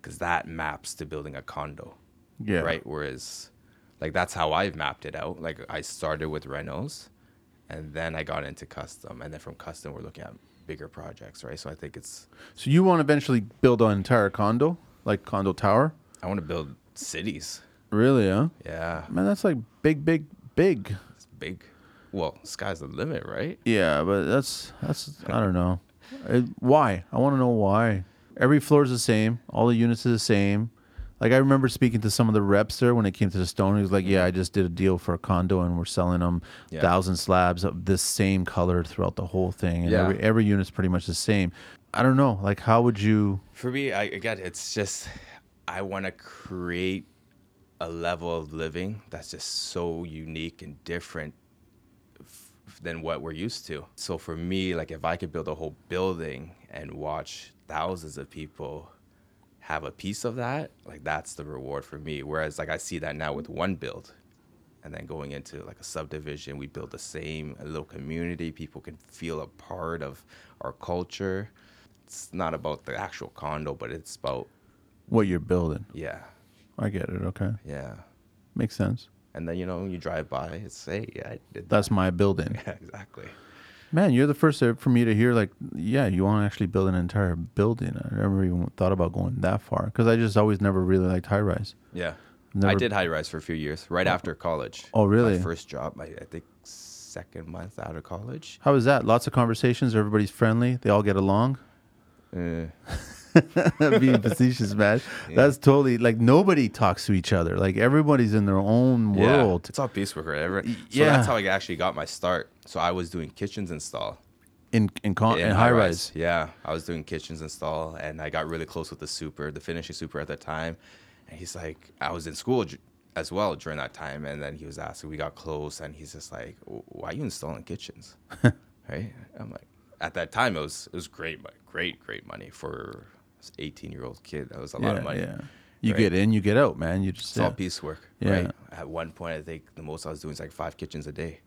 Speaker 1: because that maps to building a condo,
Speaker 2: yeah
Speaker 1: right? Whereas, like, that's how I've mapped it out. Like, I started with rentals and then I got into custom, and then from custom, we're looking at bigger projects, right? So I think it's,
Speaker 2: so you want to eventually build an entire condo like condo tower
Speaker 1: I want to build cities.
Speaker 2: really huh
Speaker 1: Yeah,
Speaker 2: man that's like big big big
Speaker 1: it's big. Well, sky's the limit, right?
Speaker 2: yeah but that's that's i don't know Uh, why i want to know why every floor is the same all the units are the same like i remember speaking to some of the reps there when it came to the stone he was like yeah i just did a deal for a condo and we're selling them
Speaker 1: Mm-hmm. Yeah.
Speaker 2: thousand slabs of this same color throughout the whole thing and
Speaker 1: Yeah.
Speaker 2: every, every unit's pretty much the same i don't know like how would you
Speaker 1: For me, I again, it's just I want to create a level of living that's just so unique and different f- than what we're used to. So for me, like if I could build a whole building and watch thousands of people have a piece of that, like that's the reward for me. Whereas like I see that now with one build and then going into like a subdivision, we build the same little community, people can feel a part of our culture. It's not about the actual condo, but it's about
Speaker 2: what you're building
Speaker 1: yeah,
Speaker 2: i get it okay
Speaker 1: yeah.
Speaker 2: makes sense
Speaker 1: And then you know you drive by, it's hey, I did that.
Speaker 2: that's my building
Speaker 1: Yeah, <laughs> exactly.
Speaker 2: man you're the first to- for me to hear like yeah you want to actually build an entire building i never even thought about going that far because i just always never really liked high rise
Speaker 1: Yeah. I
Speaker 2: Never-
Speaker 1: did high rise for a few years, right after college.
Speaker 2: Oh, really?
Speaker 1: My first job, I, I think, second month out of college.
Speaker 2: how is that lots of conversations everybody's friendly they all get along
Speaker 1: Uh,
Speaker 2: <laughs> being facetious man that's totally like nobody talks to each other like everybody's in their own
Speaker 1: yeah.
Speaker 2: world
Speaker 1: It's all piecework, right? Every- so
Speaker 2: yeah.
Speaker 1: that's how I actually got my start. So I was doing kitchens install.
Speaker 2: in in, con- Uh, in high rise
Speaker 1: Yeah, I was doing kitchens install, and I got really close with the super, the finishing super at that time. And he's like, I was in school j- as well during that time, and then he was asking, we got close, and he's just like, "W- Why are you installing kitchens?
Speaker 2: <laughs>
Speaker 1: right? I'm like, at that time it was it was great, mo- great, great money for an 18 year old kid. That was a lot of money.
Speaker 2: yeah you
Speaker 1: right?
Speaker 2: get in you get out man you just
Speaker 1: It's
Speaker 2: yeah.
Speaker 1: all piecework,
Speaker 2: Yeah.
Speaker 1: right? At one point, I think the most I was doing is like five kitchens a day.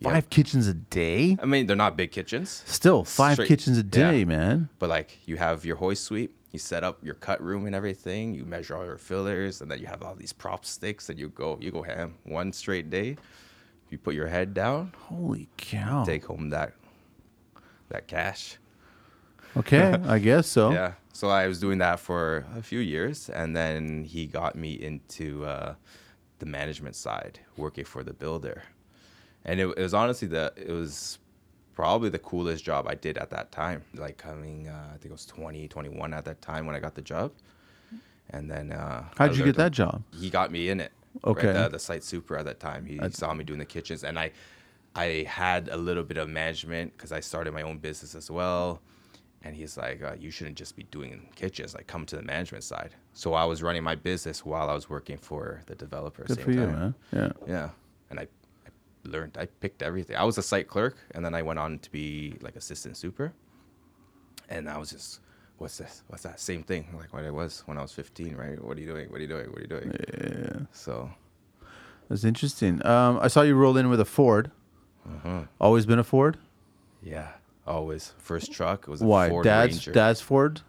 Speaker 1: Yeah.
Speaker 2: five kitchens a day
Speaker 1: I mean, they're not big kitchens.
Speaker 2: still five
Speaker 1: Straight-
Speaker 2: kitchens a
Speaker 1: Yeah.
Speaker 2: day man
Speaker 1: But like you have your hoist suite, you set up your cut room and everything, you measure all your fillers, and then you have all these prop sticks and you go you go ham one straight day. You put your head down,
Speaker 2: holy cow
Speaker 1: take home that that cash. <laughs>
Speaker 2: Okay, I guess so.
Speaker 1: Yeah. So I was doing that for a few years, and then he got me into uh, the management side, working for the builder. And it, it was honestly the it was probably the coolest job I did at that time. Like coming, uh, I think it was 20, 21 at that time when I got the job. And then uh, I
Speaker 2: How'd you get
Speaker 1: learned a-
Speaker 2: that job?
Speaker 1: he got me in it.
Speaker 2: Okay.
Speaker 1: Right? The, the site super at that time. He saw me doing the kitchens, and I, I had a little bit of management because I started my own business as well. And he's like, uh, you shouldn't just be doing kitchens. Like, come to the management side. So I was running my business while I was working for the developer. at the
Speaker 2: Good
Speaker 1: same
Speaker 2: for you,
Speaker 1: time.
Speaker 2: man. Yeah.
Speaker 1: Yeah, and I, I learned. I picked everything. I was a site clerk, and then I went on to be like assistant super. And I was just, what's this? What's that? Same thing like what I was when I was 15, right? What are you doing? What are you doing? What are you doing? Yeah. So
Speaker 2: That's interesting. Um, I saw you roll in with a Ford.
Speaker 1: Uh-huh.
Speaker 2: Always been a Ford.
Speaker 1: yeah, always first truck was a
Speaker 2: Why?
Speaker 1: Ford
Speaker 2: dad's
Speaker 1: Ranger.
Speaker 2: dad's Ford.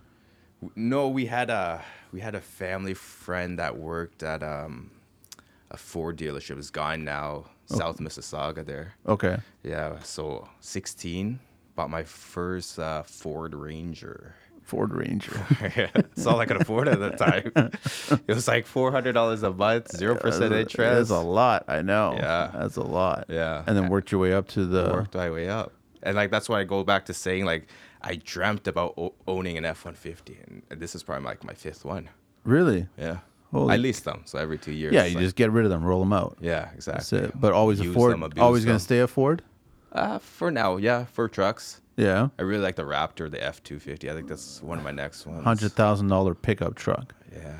Speaker 1: No, we had a we had a family friend that worked at um a Ford dealership. It's gone now,
Speaker 2: Oh.
Speaker 1: South Mississauga there.
Speaker 2: Okay.
Speaker 1: Yeah, so 16 bought my first uh, Ford Ranger. <laughs>
Speaker 2: Ford Ranger.
Speaker 1: That's all I could afford at the
Speaker 2: <laughs>
Speaker 1: time. it was like four hundred dollars a month, zero percent interest.
Speaker 2: That's a lot. I know.
Speaker 1: Yeah.
Speaker 2: That's a lot.
Speaker 1: Yeah.
Speaker 2: And then worked your way up to the.
Speaker 1: Worked my way up, and like that's why I go back to saying like I dreamt about o- owning an F one fifty, and this is probably like my fifth one.
Speaker 2: Really?
Speaker 1: Yeah,
Speaker 2: Holy-
Speaker 1: I lease them, so every two years.
Speaker 2: Yeah.
Speaker 1: it's
Speaker 2: You
Speaker 1: like-
Speaker 2: just get rid of them, roll them out.
Speaker 1: yeah,
Speaker 2: That's
Speaker 1: exactly.
Speaker 2: it. But always a
Speaker 1: Use
Speaker 2: Ford.
Speaker 1: them, abuse
Speaker 2: always gonna
Speaker 1: them.
Speaker 2: stay a Ford.
Speaker 1: Uh, for now, yeah, for trucks.
Speaker 2: Yeah.
Speaker 1: I really like the Raptor, the F two fifty. I think that's one of my next ones.
Speaker 2: Hundred thousand dollar pickup truck.
Speaker 1: Yeah.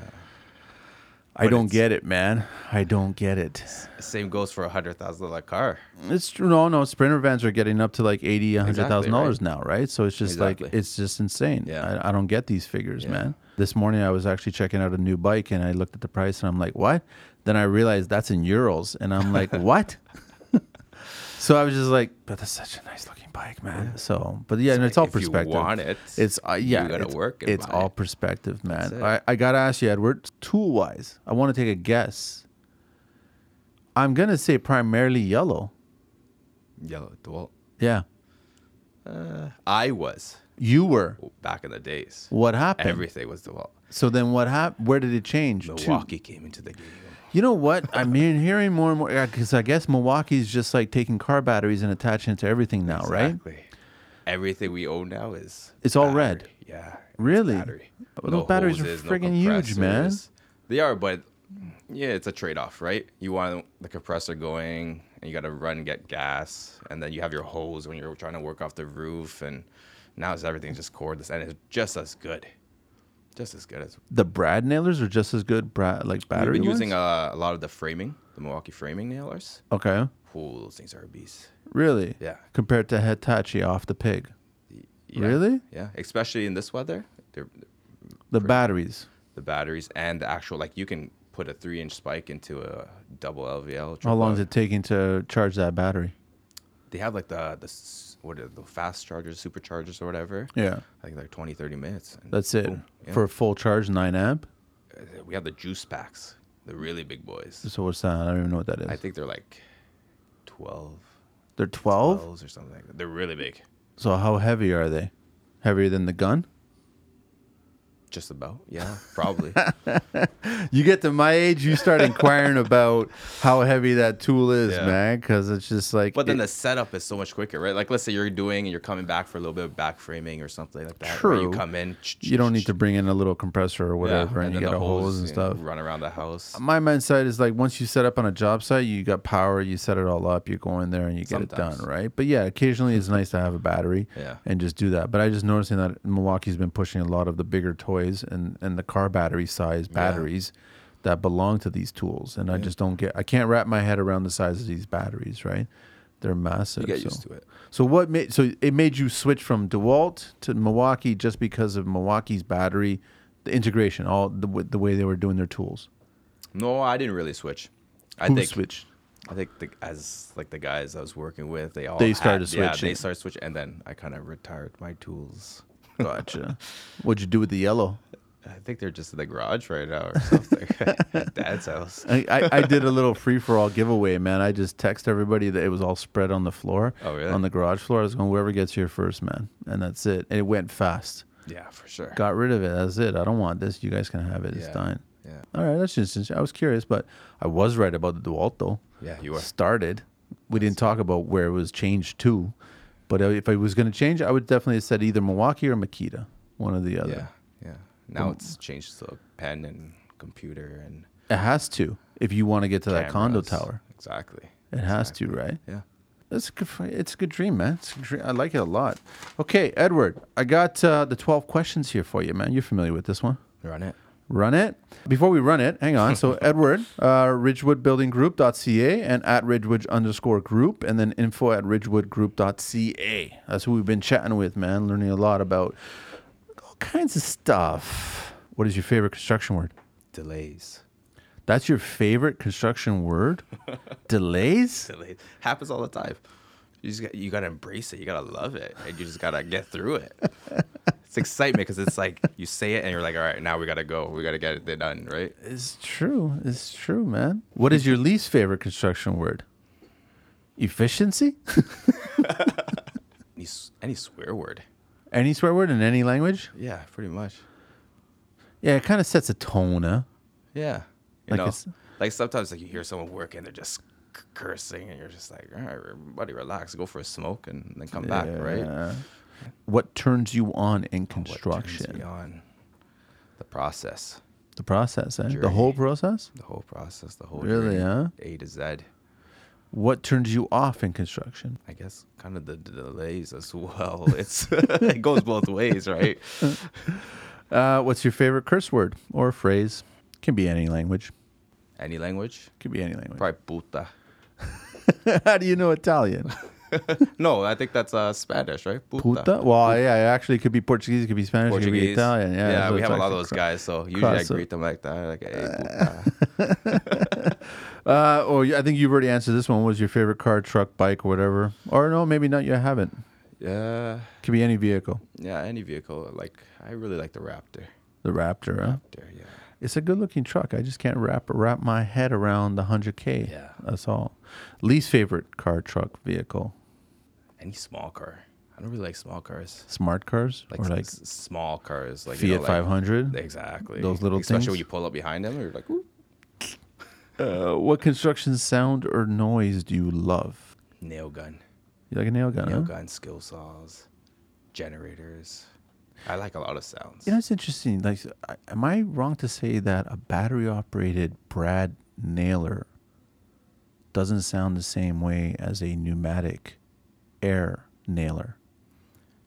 Speaker 2: I don't get it, man. I don't get it.
Speaker 1: Same goes for a hundred thousand dollar car.
Speaker 2: It's true. No, no. Sprinter vans are getting up to like eighty, a hundred thousand
Speaker 1: Exactly,
Speaker 2: dollars now, right? So it's just like
Speaker 1: Exactly.
Speaker 2: it's just insane.
Speaker 1: Yeah.
Speaker 2: I, I don't get these figures, man. This morning I was actually checking out a new bike and I looked at the price and I'm like, what? Then I realized that's in euros and
Speaker 1: <laughs>
Speaker 2: I'm like, what? <laughs> so I was just like, but that's such a nice looking bike, man. So, but yeah, and it's all
Speaker 1: if you
Speaker 2: perspective.
Speaker 1: want it,
Speaker 2: it's uh, yeah,
Speaker 1: gotta
Speaker 2: it's,
Speaker 1: work and
Speaker 2: It's
Speaker 1: buy
Speaker 2: all
Speaker 1: it.
Speaker 2: perspective, man.
Speaker 1: it.
Speaker 2: I, I gotta ask you, Edward. Tool wise, I want to take a guess. I'm gonna say primarily yellow.
Speaker 1: Yellow Dewalt.
Speaker 2: Yeah.
Speaker 1: I was
Speaker 2: You were.
Speaker 1: back in the days.
Speaker 2: What happened?
Speaker 1: Everything was Dewalt.
Speaker 2: So then what happened? Where did it change? To,
Speaker 1: Milwaukee came into the game.
Speaker 2: you know what? I'm hearing, hearing more and more because I guess Milwaukee's just like taking car batteries and attaching it to everything now, right?
Speaker 1: Exactly. Everything we own now is
Speaker 2: It's all red.
Speaker 1: Yeah. it's
Speaker 2: Really?
Speaker 1: Battery.
Speaker 2: But those batteries are friggin' huge, man.
Speaker 1: compressors. They are, but yeah, it's a trade-off, right? You want the compressor going, and you got to run get gas, and then you have your hose when you're trying to work off the roof, and now it's everything's just cordless, and it's just as good, just as good as
Speaker 2: The Brad nailers are just as good, Brad, like battery.
Speaker 1: We've been using
Speaker 2: ones?
Speaker 1: uh, a lot of the framing, the Milwaukee framing nailers.
Speaker 2: okay,
Speaker 1: Oh, those things are a beast.
Speaker 2: really?
Speaker 1: Yeah.
Speaker 2: Compared to Hitachi off the pig,
Speaker 1: Yeah.
Speaker 2: Really?
Speaker 1: Yeah, especially in this weather, they're,
Speaker 2: the batteries.
Speaker 1: the batteries and the actual like you can put a three inch spike into a double LVL.
Speaker 2: How
Speaker 1: triple
Speaker 2: long is
Speaker 1: L-
Speaker 2: it taking to charge that battery?
Speaker 1: They have like the the s- what are the fast chargers, superchargers, or whatever.
Speaker 2: Yeah,
Speaker 1: I think they're 20, 30 minutes. and
Speaker 2: that's it
Speaker 1: boom. Yeah.
Speaker 2: for a full charge, nine amp.
Speaker 1: Uh, we have the juice packs, the really big boys.
Speaker 2: So what's that? I don't even know what that is.
Speaker 1: I think they're like 12,
Speaker 2: They're 12?
Speaker 1: 12s or something like that. They're really big.
Speaker 2: So how heavy are they? Heavier than the gun?
Speaker 1: Just about, yeah,
Speaker 2: <laughs>
Speaker 1: probably.
Speaker 2: You get to my age, you start
Speaker 1: <laughs>
Speaker 2: inquiring about how heavy that tool is,
Speaker 1: Yeah.
Speaker 2: man, because it's just like.
Speaker 1: But then
Speaker 2: it-
Speaker 1: the setup is so much quicker, right? Like, let's say you're doing and you're coming back for a little bit of back framing or something like that. where
Speaker 2: True.
Speaker 1: You come in.
Speaker 2: you don't need to bring in a little compressor or
Speaker 1: Yeah,
Speaker 2: whatever, and,
Speaker 1: then
Speaker 2: you get
Speaker 1: the
Speaker 2: a hose and
Speaker 1: you know,
Speaker 2: stuff.
Speaker 1: Run around the house.
Speaker 2: My mindset is like once you set up on a job site, you got power, you set it all up, you go in there and you get it
Speaker 1: Sometimes.
Speaker 2: done, right? But yeah, occasionally it's nice to have a battery
Speaker 1: Yeah.
Speaker 2: and just do that. But I just noticing that Milwaukee's been pushing a lot of the bigger toys and and the car battery size batteries that belong to these tools, and I just don't get. I can't wrap my head around the size of these batteries, right? They're massive.
Speaker 1: You get
Speaker 2: so.
Speaker 1: used to it.
Speaker 2: So what made so it made you switch from DeWalt to Milwaukee just because of Milwaukee's battery, the integration, all the w- the way they were doing their tools.
Speaker 1: No, I didn't really switch. I
Speaker 2: Who
Speaker 1: think
Speaker 2: switched?
Speaker 1: I think the, as like the guys I was working with, they all
Speaker 2: They
Speaker 1: had-
Speaker 2: started
Speaker 1: Yeah,
Speaker 2: switching.
Speaker 1: they started
Speaker 2: <laughs>
Speaker 1: switching, and then I kind of retired my tools.
Speaker 2: Gotcha. What'd you do with the yellow?
Speaker 1: I think they're just in the garage right now or
Speaker 2: <laughs>
Speaker 1: something. <laughs> At Dad's house.
Speaker 2: I,
Speaker 1: <laughs>
Speaker 2: I, I did a little free for all giveaway, man. I just text everybody that it was all spread on the floor.
Speaker 1: Oh, really?
Speaker 2: On the garage floor. I was going, whoever gets here first, man. And that's it. And it went fast.
Speaker 1: Yeah, for sure.
Speaker 2: Got rid of it. That's it. I don't want this. You guys can have it. It's
Speaker 1: Yeah.
Speaker 2: done.
Speaker 1: Yeah.
Speaker 2: All right. That's just, I was curious, but I was right about the DeWalt, though.
Speaker 1: Yeah, you were.
Speaker 2: Started. We didn't talk about where it was changed to, but if I was going to change, I would definitely have said either Milwaukee or Makita, one or uh, the other.
Speaker 1: Yeah. Yeah. Now it's changed to pen and computer and
Speaker 2: It has to if you want to get to that condo
Speaker 1: cameras.
Speaker 2: tower.
Speaker 1: Exactly.
Speaker 2: It has to, right?
Speaker 1: Yeah.
Speaker 2: That's a good. fi- It's a good dream, man. It's a good dream. I like it a lot. Okay, Edward, I got uh, the twelve questions here for you, man. You're familiar with this one.
Speaker 1: Run it.
Speaker 2: Run it. Before we run it, hang on. So Edward, uh, RidgewoodBuildingGroup.ca and at Ridgewood underscore group, and then info at RidgewoodGroup.ca. That's who we've been chatting with, man. Learning a lot about all kinds of stuff. What is your favorite construction word?
Speaker 1: Delays.
Speaker 2: That's your favorite construction word? Delays?
Speaker 1: <laughs> Delays happens all the time. You just got, you gotta embrace it. You gotta love it, and you just gotta get through it.
Speaker 2: <laughs>
Speaker 1: it's excitement because it's like you say it and you're like, all right, now we gotta go. We gotta get it done, right?
Speaker 2: It's true. It's true, man. What is your least favorite construction word? Efficiency? <laughs>
Speaker 1: Any, s- any swear word.
Speaker 2: any swear word in any language?
Speaker 1: Yeah, pretty much.
Speaker 2: Yeah, it kind of sets a tone, huh?
Speaker 1: Yeah. You
Speaker 2: Like
Speaker 1: know,
Speaker 2: it's-
Speaker 1: like sometimes like you hear someone work and they're just c- cursing, and you're just like, all right, everybody, relax, go for a smoke, and then come back, right?
Speaker 2: Yeah. What turns you on in
Speaker 1: What turns
Speaker 2: construction?
Speaker 1: me on the process,
Speaker 2: The process, eh? The whole
Speaker 1: Journey.
Speaker 2: process?
Speaker 1: the whole process, the whole
Speaker 2: Really,
Speaker 1: journey,
Speaker 2: huh?
Speaker 1: A to Z.
Speaker 2: What turns you off in construction?
Speaker 1: I guess kind of the d- delays as <laughs> well. It's it goes both ways,
Speaker 2: <laughs>
Speaker 1: right?
Speaker 2: Uh, what's your favorite curse word or phrase? Can be any language.
Speaker 1: Any language,
Speaker 2: Could be any language.
Speaker 1: probably puta.
Speaker 2: <laughs> How do you know Italian?
Speaker 1: No, I think that's uh, Spanish, right? Puta. <laughs>
Speaker 2: Puta? Well, yeah, it actually could be Portuguese, it could be Spanish, it could be
Speaker 1: Portuguese.
Speaker 2: Italian. Yeah, so
Speaker 1: we
Speaker 2: it's
Speaker 1: have a lot of
Speaker 2: actually
Speaker 1: those
Speaker 2: cro-
Speaker 1: guys. So usually I
Speaker 2: cross-
Speaker 1: greet them like that, like, "Hey, puta."
Speaker 2: <laughs> Uh, oh, yeah, I think you've already answered this one. What was your favorite car, truck, bike, or whatever? Or no, maybe not. You haven't.
Speaker 1: yeah,
Speaker 2: Could be any vehicle.
Speaker 1: yeah. Any vehicle, like I really like the Raptor.
Speaker 2: The Raptor. Huh?
Speaker 1: There, yeah.
Speaker 2: It's a good-looking truck. I just can't wrap wrap my head around the hundred K.
Speaker 1: Yeah.
Speaker 2: that's all. Least favorite car, truck, vehicle.
Speaker 1: Any small car. I don't really like small cars.
Speaker 2: Smart cars
Speaker 1: Like,
Speaker 2: or
Speaker 1: s-
Speaker 2: like
Speaker 1: s- small cars, like
Speaker 2: Fiat
Speaker 1: you know, like-
Speaker 2: 500?
Speaker 1: Exactly.
Speaker 2: Those little
Speaker 1: Especially
Speaker 2: things?
Speaker 1: when you pull up behind them, you're like, "Ooh."
Speaker 2: uh, what construction sound or noise do you love?
Speaker 1: nail gun.
Speaker 2: You like a nail gun?
Speaker 1: nail
Speaker 2: huh?
Speaker 1: gun skill saws, generators. I like a lot of sounds.
Speaker 2: You know, it's interesting. Like, I- am I wrong to say that a battery-operated Brad nailer doesn't sound the same way as a pneumatic air nailer?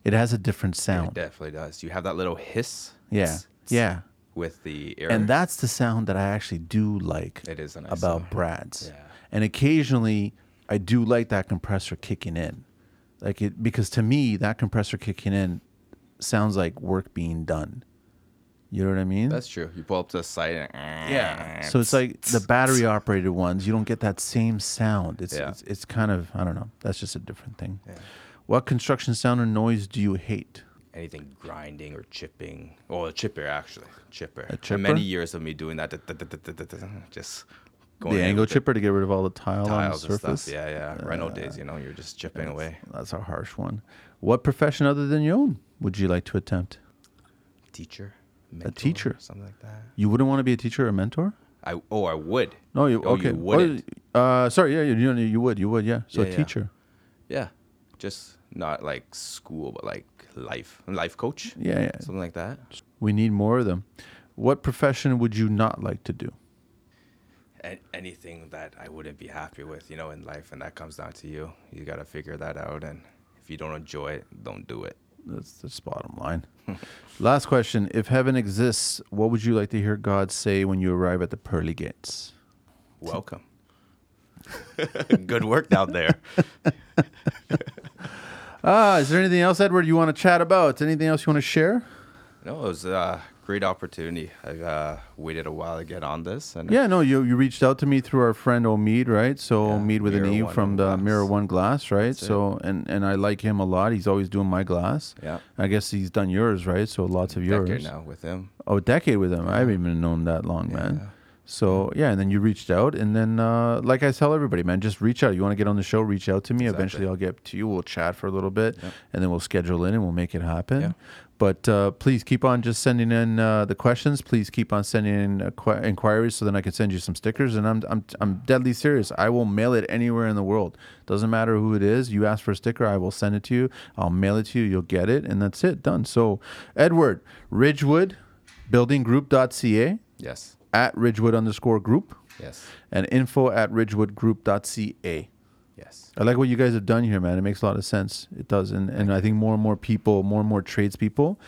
Speaker 2: It has a different
Speaker 1: it
Speaker 2: sound.
Speaker 1: definitely does. You have that little hiss.
Speaker 2: Yeah,
Speaker 1: tss, tss
Speaker 2: yeah,
Speaker 1: With the air.
Speaker 2: and that's the sound that I actually do like
Speaker 1: It is a nice
Speaker 2: about
Speaker 1: sound.
Speaker 2: Brads.
Speaker 1: Yeah.
Speaker 2: And occasionally, I do like that compressor kicking in, like it because to me that compressor kicking in sounds like work being done. You know what I mean?
Speaker 1: That's true. You pull up to the site and
Speaker 2: Yeah. So it's like the battery operated ones, you don't get that same sound. It's,
Speaker 1: Yeah.
Speaker 2: it's it's kind of I don't know. That's just a different thing. What construction sound or noise do you hate?
Speaker 1: anything grinding or chipping. Oh, a chipper actually. Chipper. And
Speaker 2: chipper?
Speaker 1: Many years of me doing that. da- da- da- da- da- da- da- Just going
Speaker 2: the
Speaker 1: in
Speaker 2: angle
Speaker 1: with
Speaker 2: chipper to get rid of all the tile on the
Speaker 1: tiles and
Speaker 2: surface. Uh,
Speaker 1: stuff. Yeah, yeah. Reno days, you know, you're just chipping away.
Speaker 2: That's a harsh one. What profession other than your own would you like to attempt?
Speaker 1: Teacher, mentor,
Speaker 2: teacher.
Speaker 1: something like that.
Speaker 2: You wouldn't want to be a teacher or mentor?
Speaker 1: I oh, I would.
Speaker 2: No, you
Speaker 1: Oh,
Speaker 2: okay?
Speaker 1: You
Speaker 2: Oh,
Speaker 1: wouldn't.
Speaker 2: uh, sorry, yeah, you, you know, you would, you would, yeah. So
Speaker 1: Yeah, yeah.
Speaker 2: teacher,
Speaker 1: Yeah, just not like school, but like life, life coach,
Speaker 2: yeah, yeah.
Speaker 1: something like that.
Speaker 2: We need more of them. What profession would you not like to do?
Speaker 1: A- anything that I wouldn't be happy with, you know, in life, and that comes down to you. You gotta figure that out, and if you don't enjoy it, don't do it.
Speaker 2: That's that's bottom line. <laughs> Last question: If heaven exists, what would you like to hear God say when you arrive at the pearly gates?
Speaker 1: Welcome. <laughs> Good work down there.
Speaker 2: Ah, is there anything else, Edward? You want to chat about? Anything else you want to share?
Speaker 1: <laughs> No, it was uh, great opportunity. I uh, waited a while to get on this, and
Speaker 2: Yeah, no, you you reached out to me through our friend Omid, right? So
Speaker 1: Yeah,
Speaker 2: Omid with an
Speaker 1: Mirror
Speaker 2: E
Speaker 1: One
Speaker 2: from the
Speaker 1: Glass.
Speaker 2: Mirror One Glass, right? so and and I like him a lot. He's always doing my glass.
Speaker 1: Yeah.
Speaker 2: I guess he's done yours, right? So lots of
Speaker 1: decade
Speaker 2: yours.
Speaker 1: now with him.
Speaker 2: Oh, a decade with him. I haven't even known him that long, man. So yeah, and then you reached out, and then uh, like I tell everybody, man, just reach out. You want to get on the show, reach out to me. Eventually, I'll get to you. We'll chat for a little bit, and then we'll schedule in and we'll make it happen.
Speaker 1: Yeah.
Speaker 2: But uh, please keep on just sending in uh, the questions. Please keep on sending in uh, que- inquiries, so then I can send you some stickers. And I'm I'm I'm deadly serious. I will mail it anywhere in the world. Doesn't matter who it is. You ask for a sticker, I will send it to you. I'll mail it to you. You'll get it, and that's it. Done. So, Edward Ridgewood, buildinggroup.ca
Speaker 1: Yes,
Speaker 2: at Ridgewood underscore group
Speaker 1: yes,
Speaker 2: and info at ridgewoodgroup.ca.
Speaker 1: yes.
Speaker 2: I like what you guys have done here, man. It makes a lot of sense. It does. And, and I think more and more people, more and more tradespeople,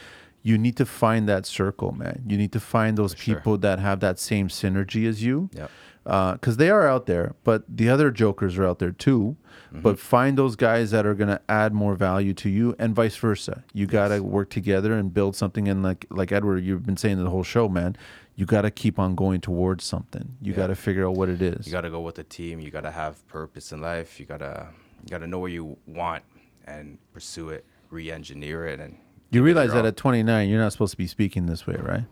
Speaker 2: you need to find that circle, man. You need to find those
Speaker 1: sure.
Speaker 2: people that have that same synergy as you.
Speaker 1: Yep.
Speaker 2: Because they are out there, but the other jokers are out there too.
Speaker 1: Mm-hmm.
Speaker 2: But find those guys that are going to add more value to you, and vice versa. You got to work together and build something. And like like Edward, you've been saying the whole show, man. You got to keep on going towards something. You got to figure out what it is.
Speaker 1: You got to go with the team. You got to have purpose in life. You gotta you gotta know what you want and pursue it, re-engineer it, and
Speaker 2: You realize that
Speaker 1: all-
Speaker 2: at 29, you're not supposed to be speaking this way, right?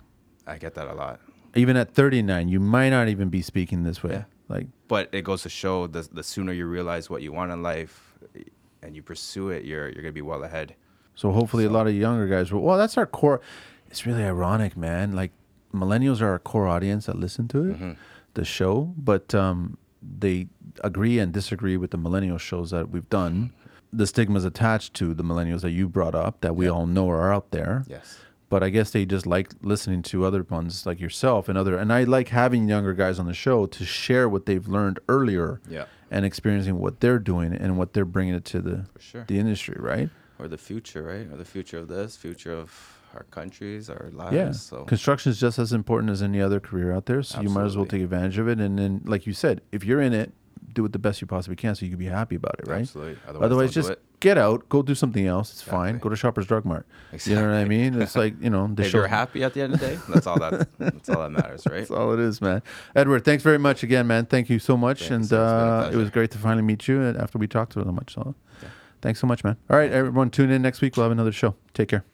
Speaker 1: I get that a lot.
Speaker 2: Even at 39, you might not even be speaking this way.
Speaker 1: Yeah.
Speaker 2: Like,
Speaker 1: But it goes to show the the sooner you realize what you want in life, and you pursue it, you're you're gonna be well ahead.
Speaker 2: so hopefully a lot of younger guys will. Well, that's our core. It's really ironic, man. Like, millennials are our core audience that listen to it, the show, but um, they agree and disagree with the millennial shows that we've done. The stigmas attached to the millennials that you brought up that we all know are out there.
Speaker 1: Yes.
Speaker 2: but I guess they just like listening to other ones like yourself and other. And I like having younger guys on the show to share what they've learned earlier,
Speaker 1: Yeah.
Speaker 2: and experiencing what they're doing and what they're bringing it to the
Speaker 1: sure.
Speaker 2: the industry, right?
Speaker 1: Or the future, right? Or the future of this, future of our countries, our lives.
Speaker 2: Yeah.
Speaker 1: So
Speaker 2: Construction is just as important as any other career out there, so you might as well
Speaker 1: Absolutely.
Speaker 2: take advantage of it. And then, like you said, if you're in it, do it the best you possibly can, so you can be happy about it, right?
Speaker 1: Absolutely. Otherwise,
Speaker 2: Otherwise,
Speaker 1: don't do
Speaker 2: just.
Speaker 1: it.
Speaker 2: Get out, go do something else. It's fine.
Speaker 1: Exactly.
Speaker 2: Go to Shoppers Drug Mart. You know what I mean? It's like you know the
Speaker 1: if you're
Speaker 2: show's-
Speaker 1: happy at the end of the day, that's all that that's all that matters, right?
Speaker 2: That's all it is, man. Edward, thanks very much again, man. Thank you so much,
Speaker 1: you,
Speaker 2: and
Speaker 1: sir. It's been a
Speaker 2: uh, it
Speaker 1: pleasure.
Speaker 2: was great to finally meet you uh, after we talked so much. So, thanks so much, man. All right, everyone, tune in next week. We'll have another show. Take care.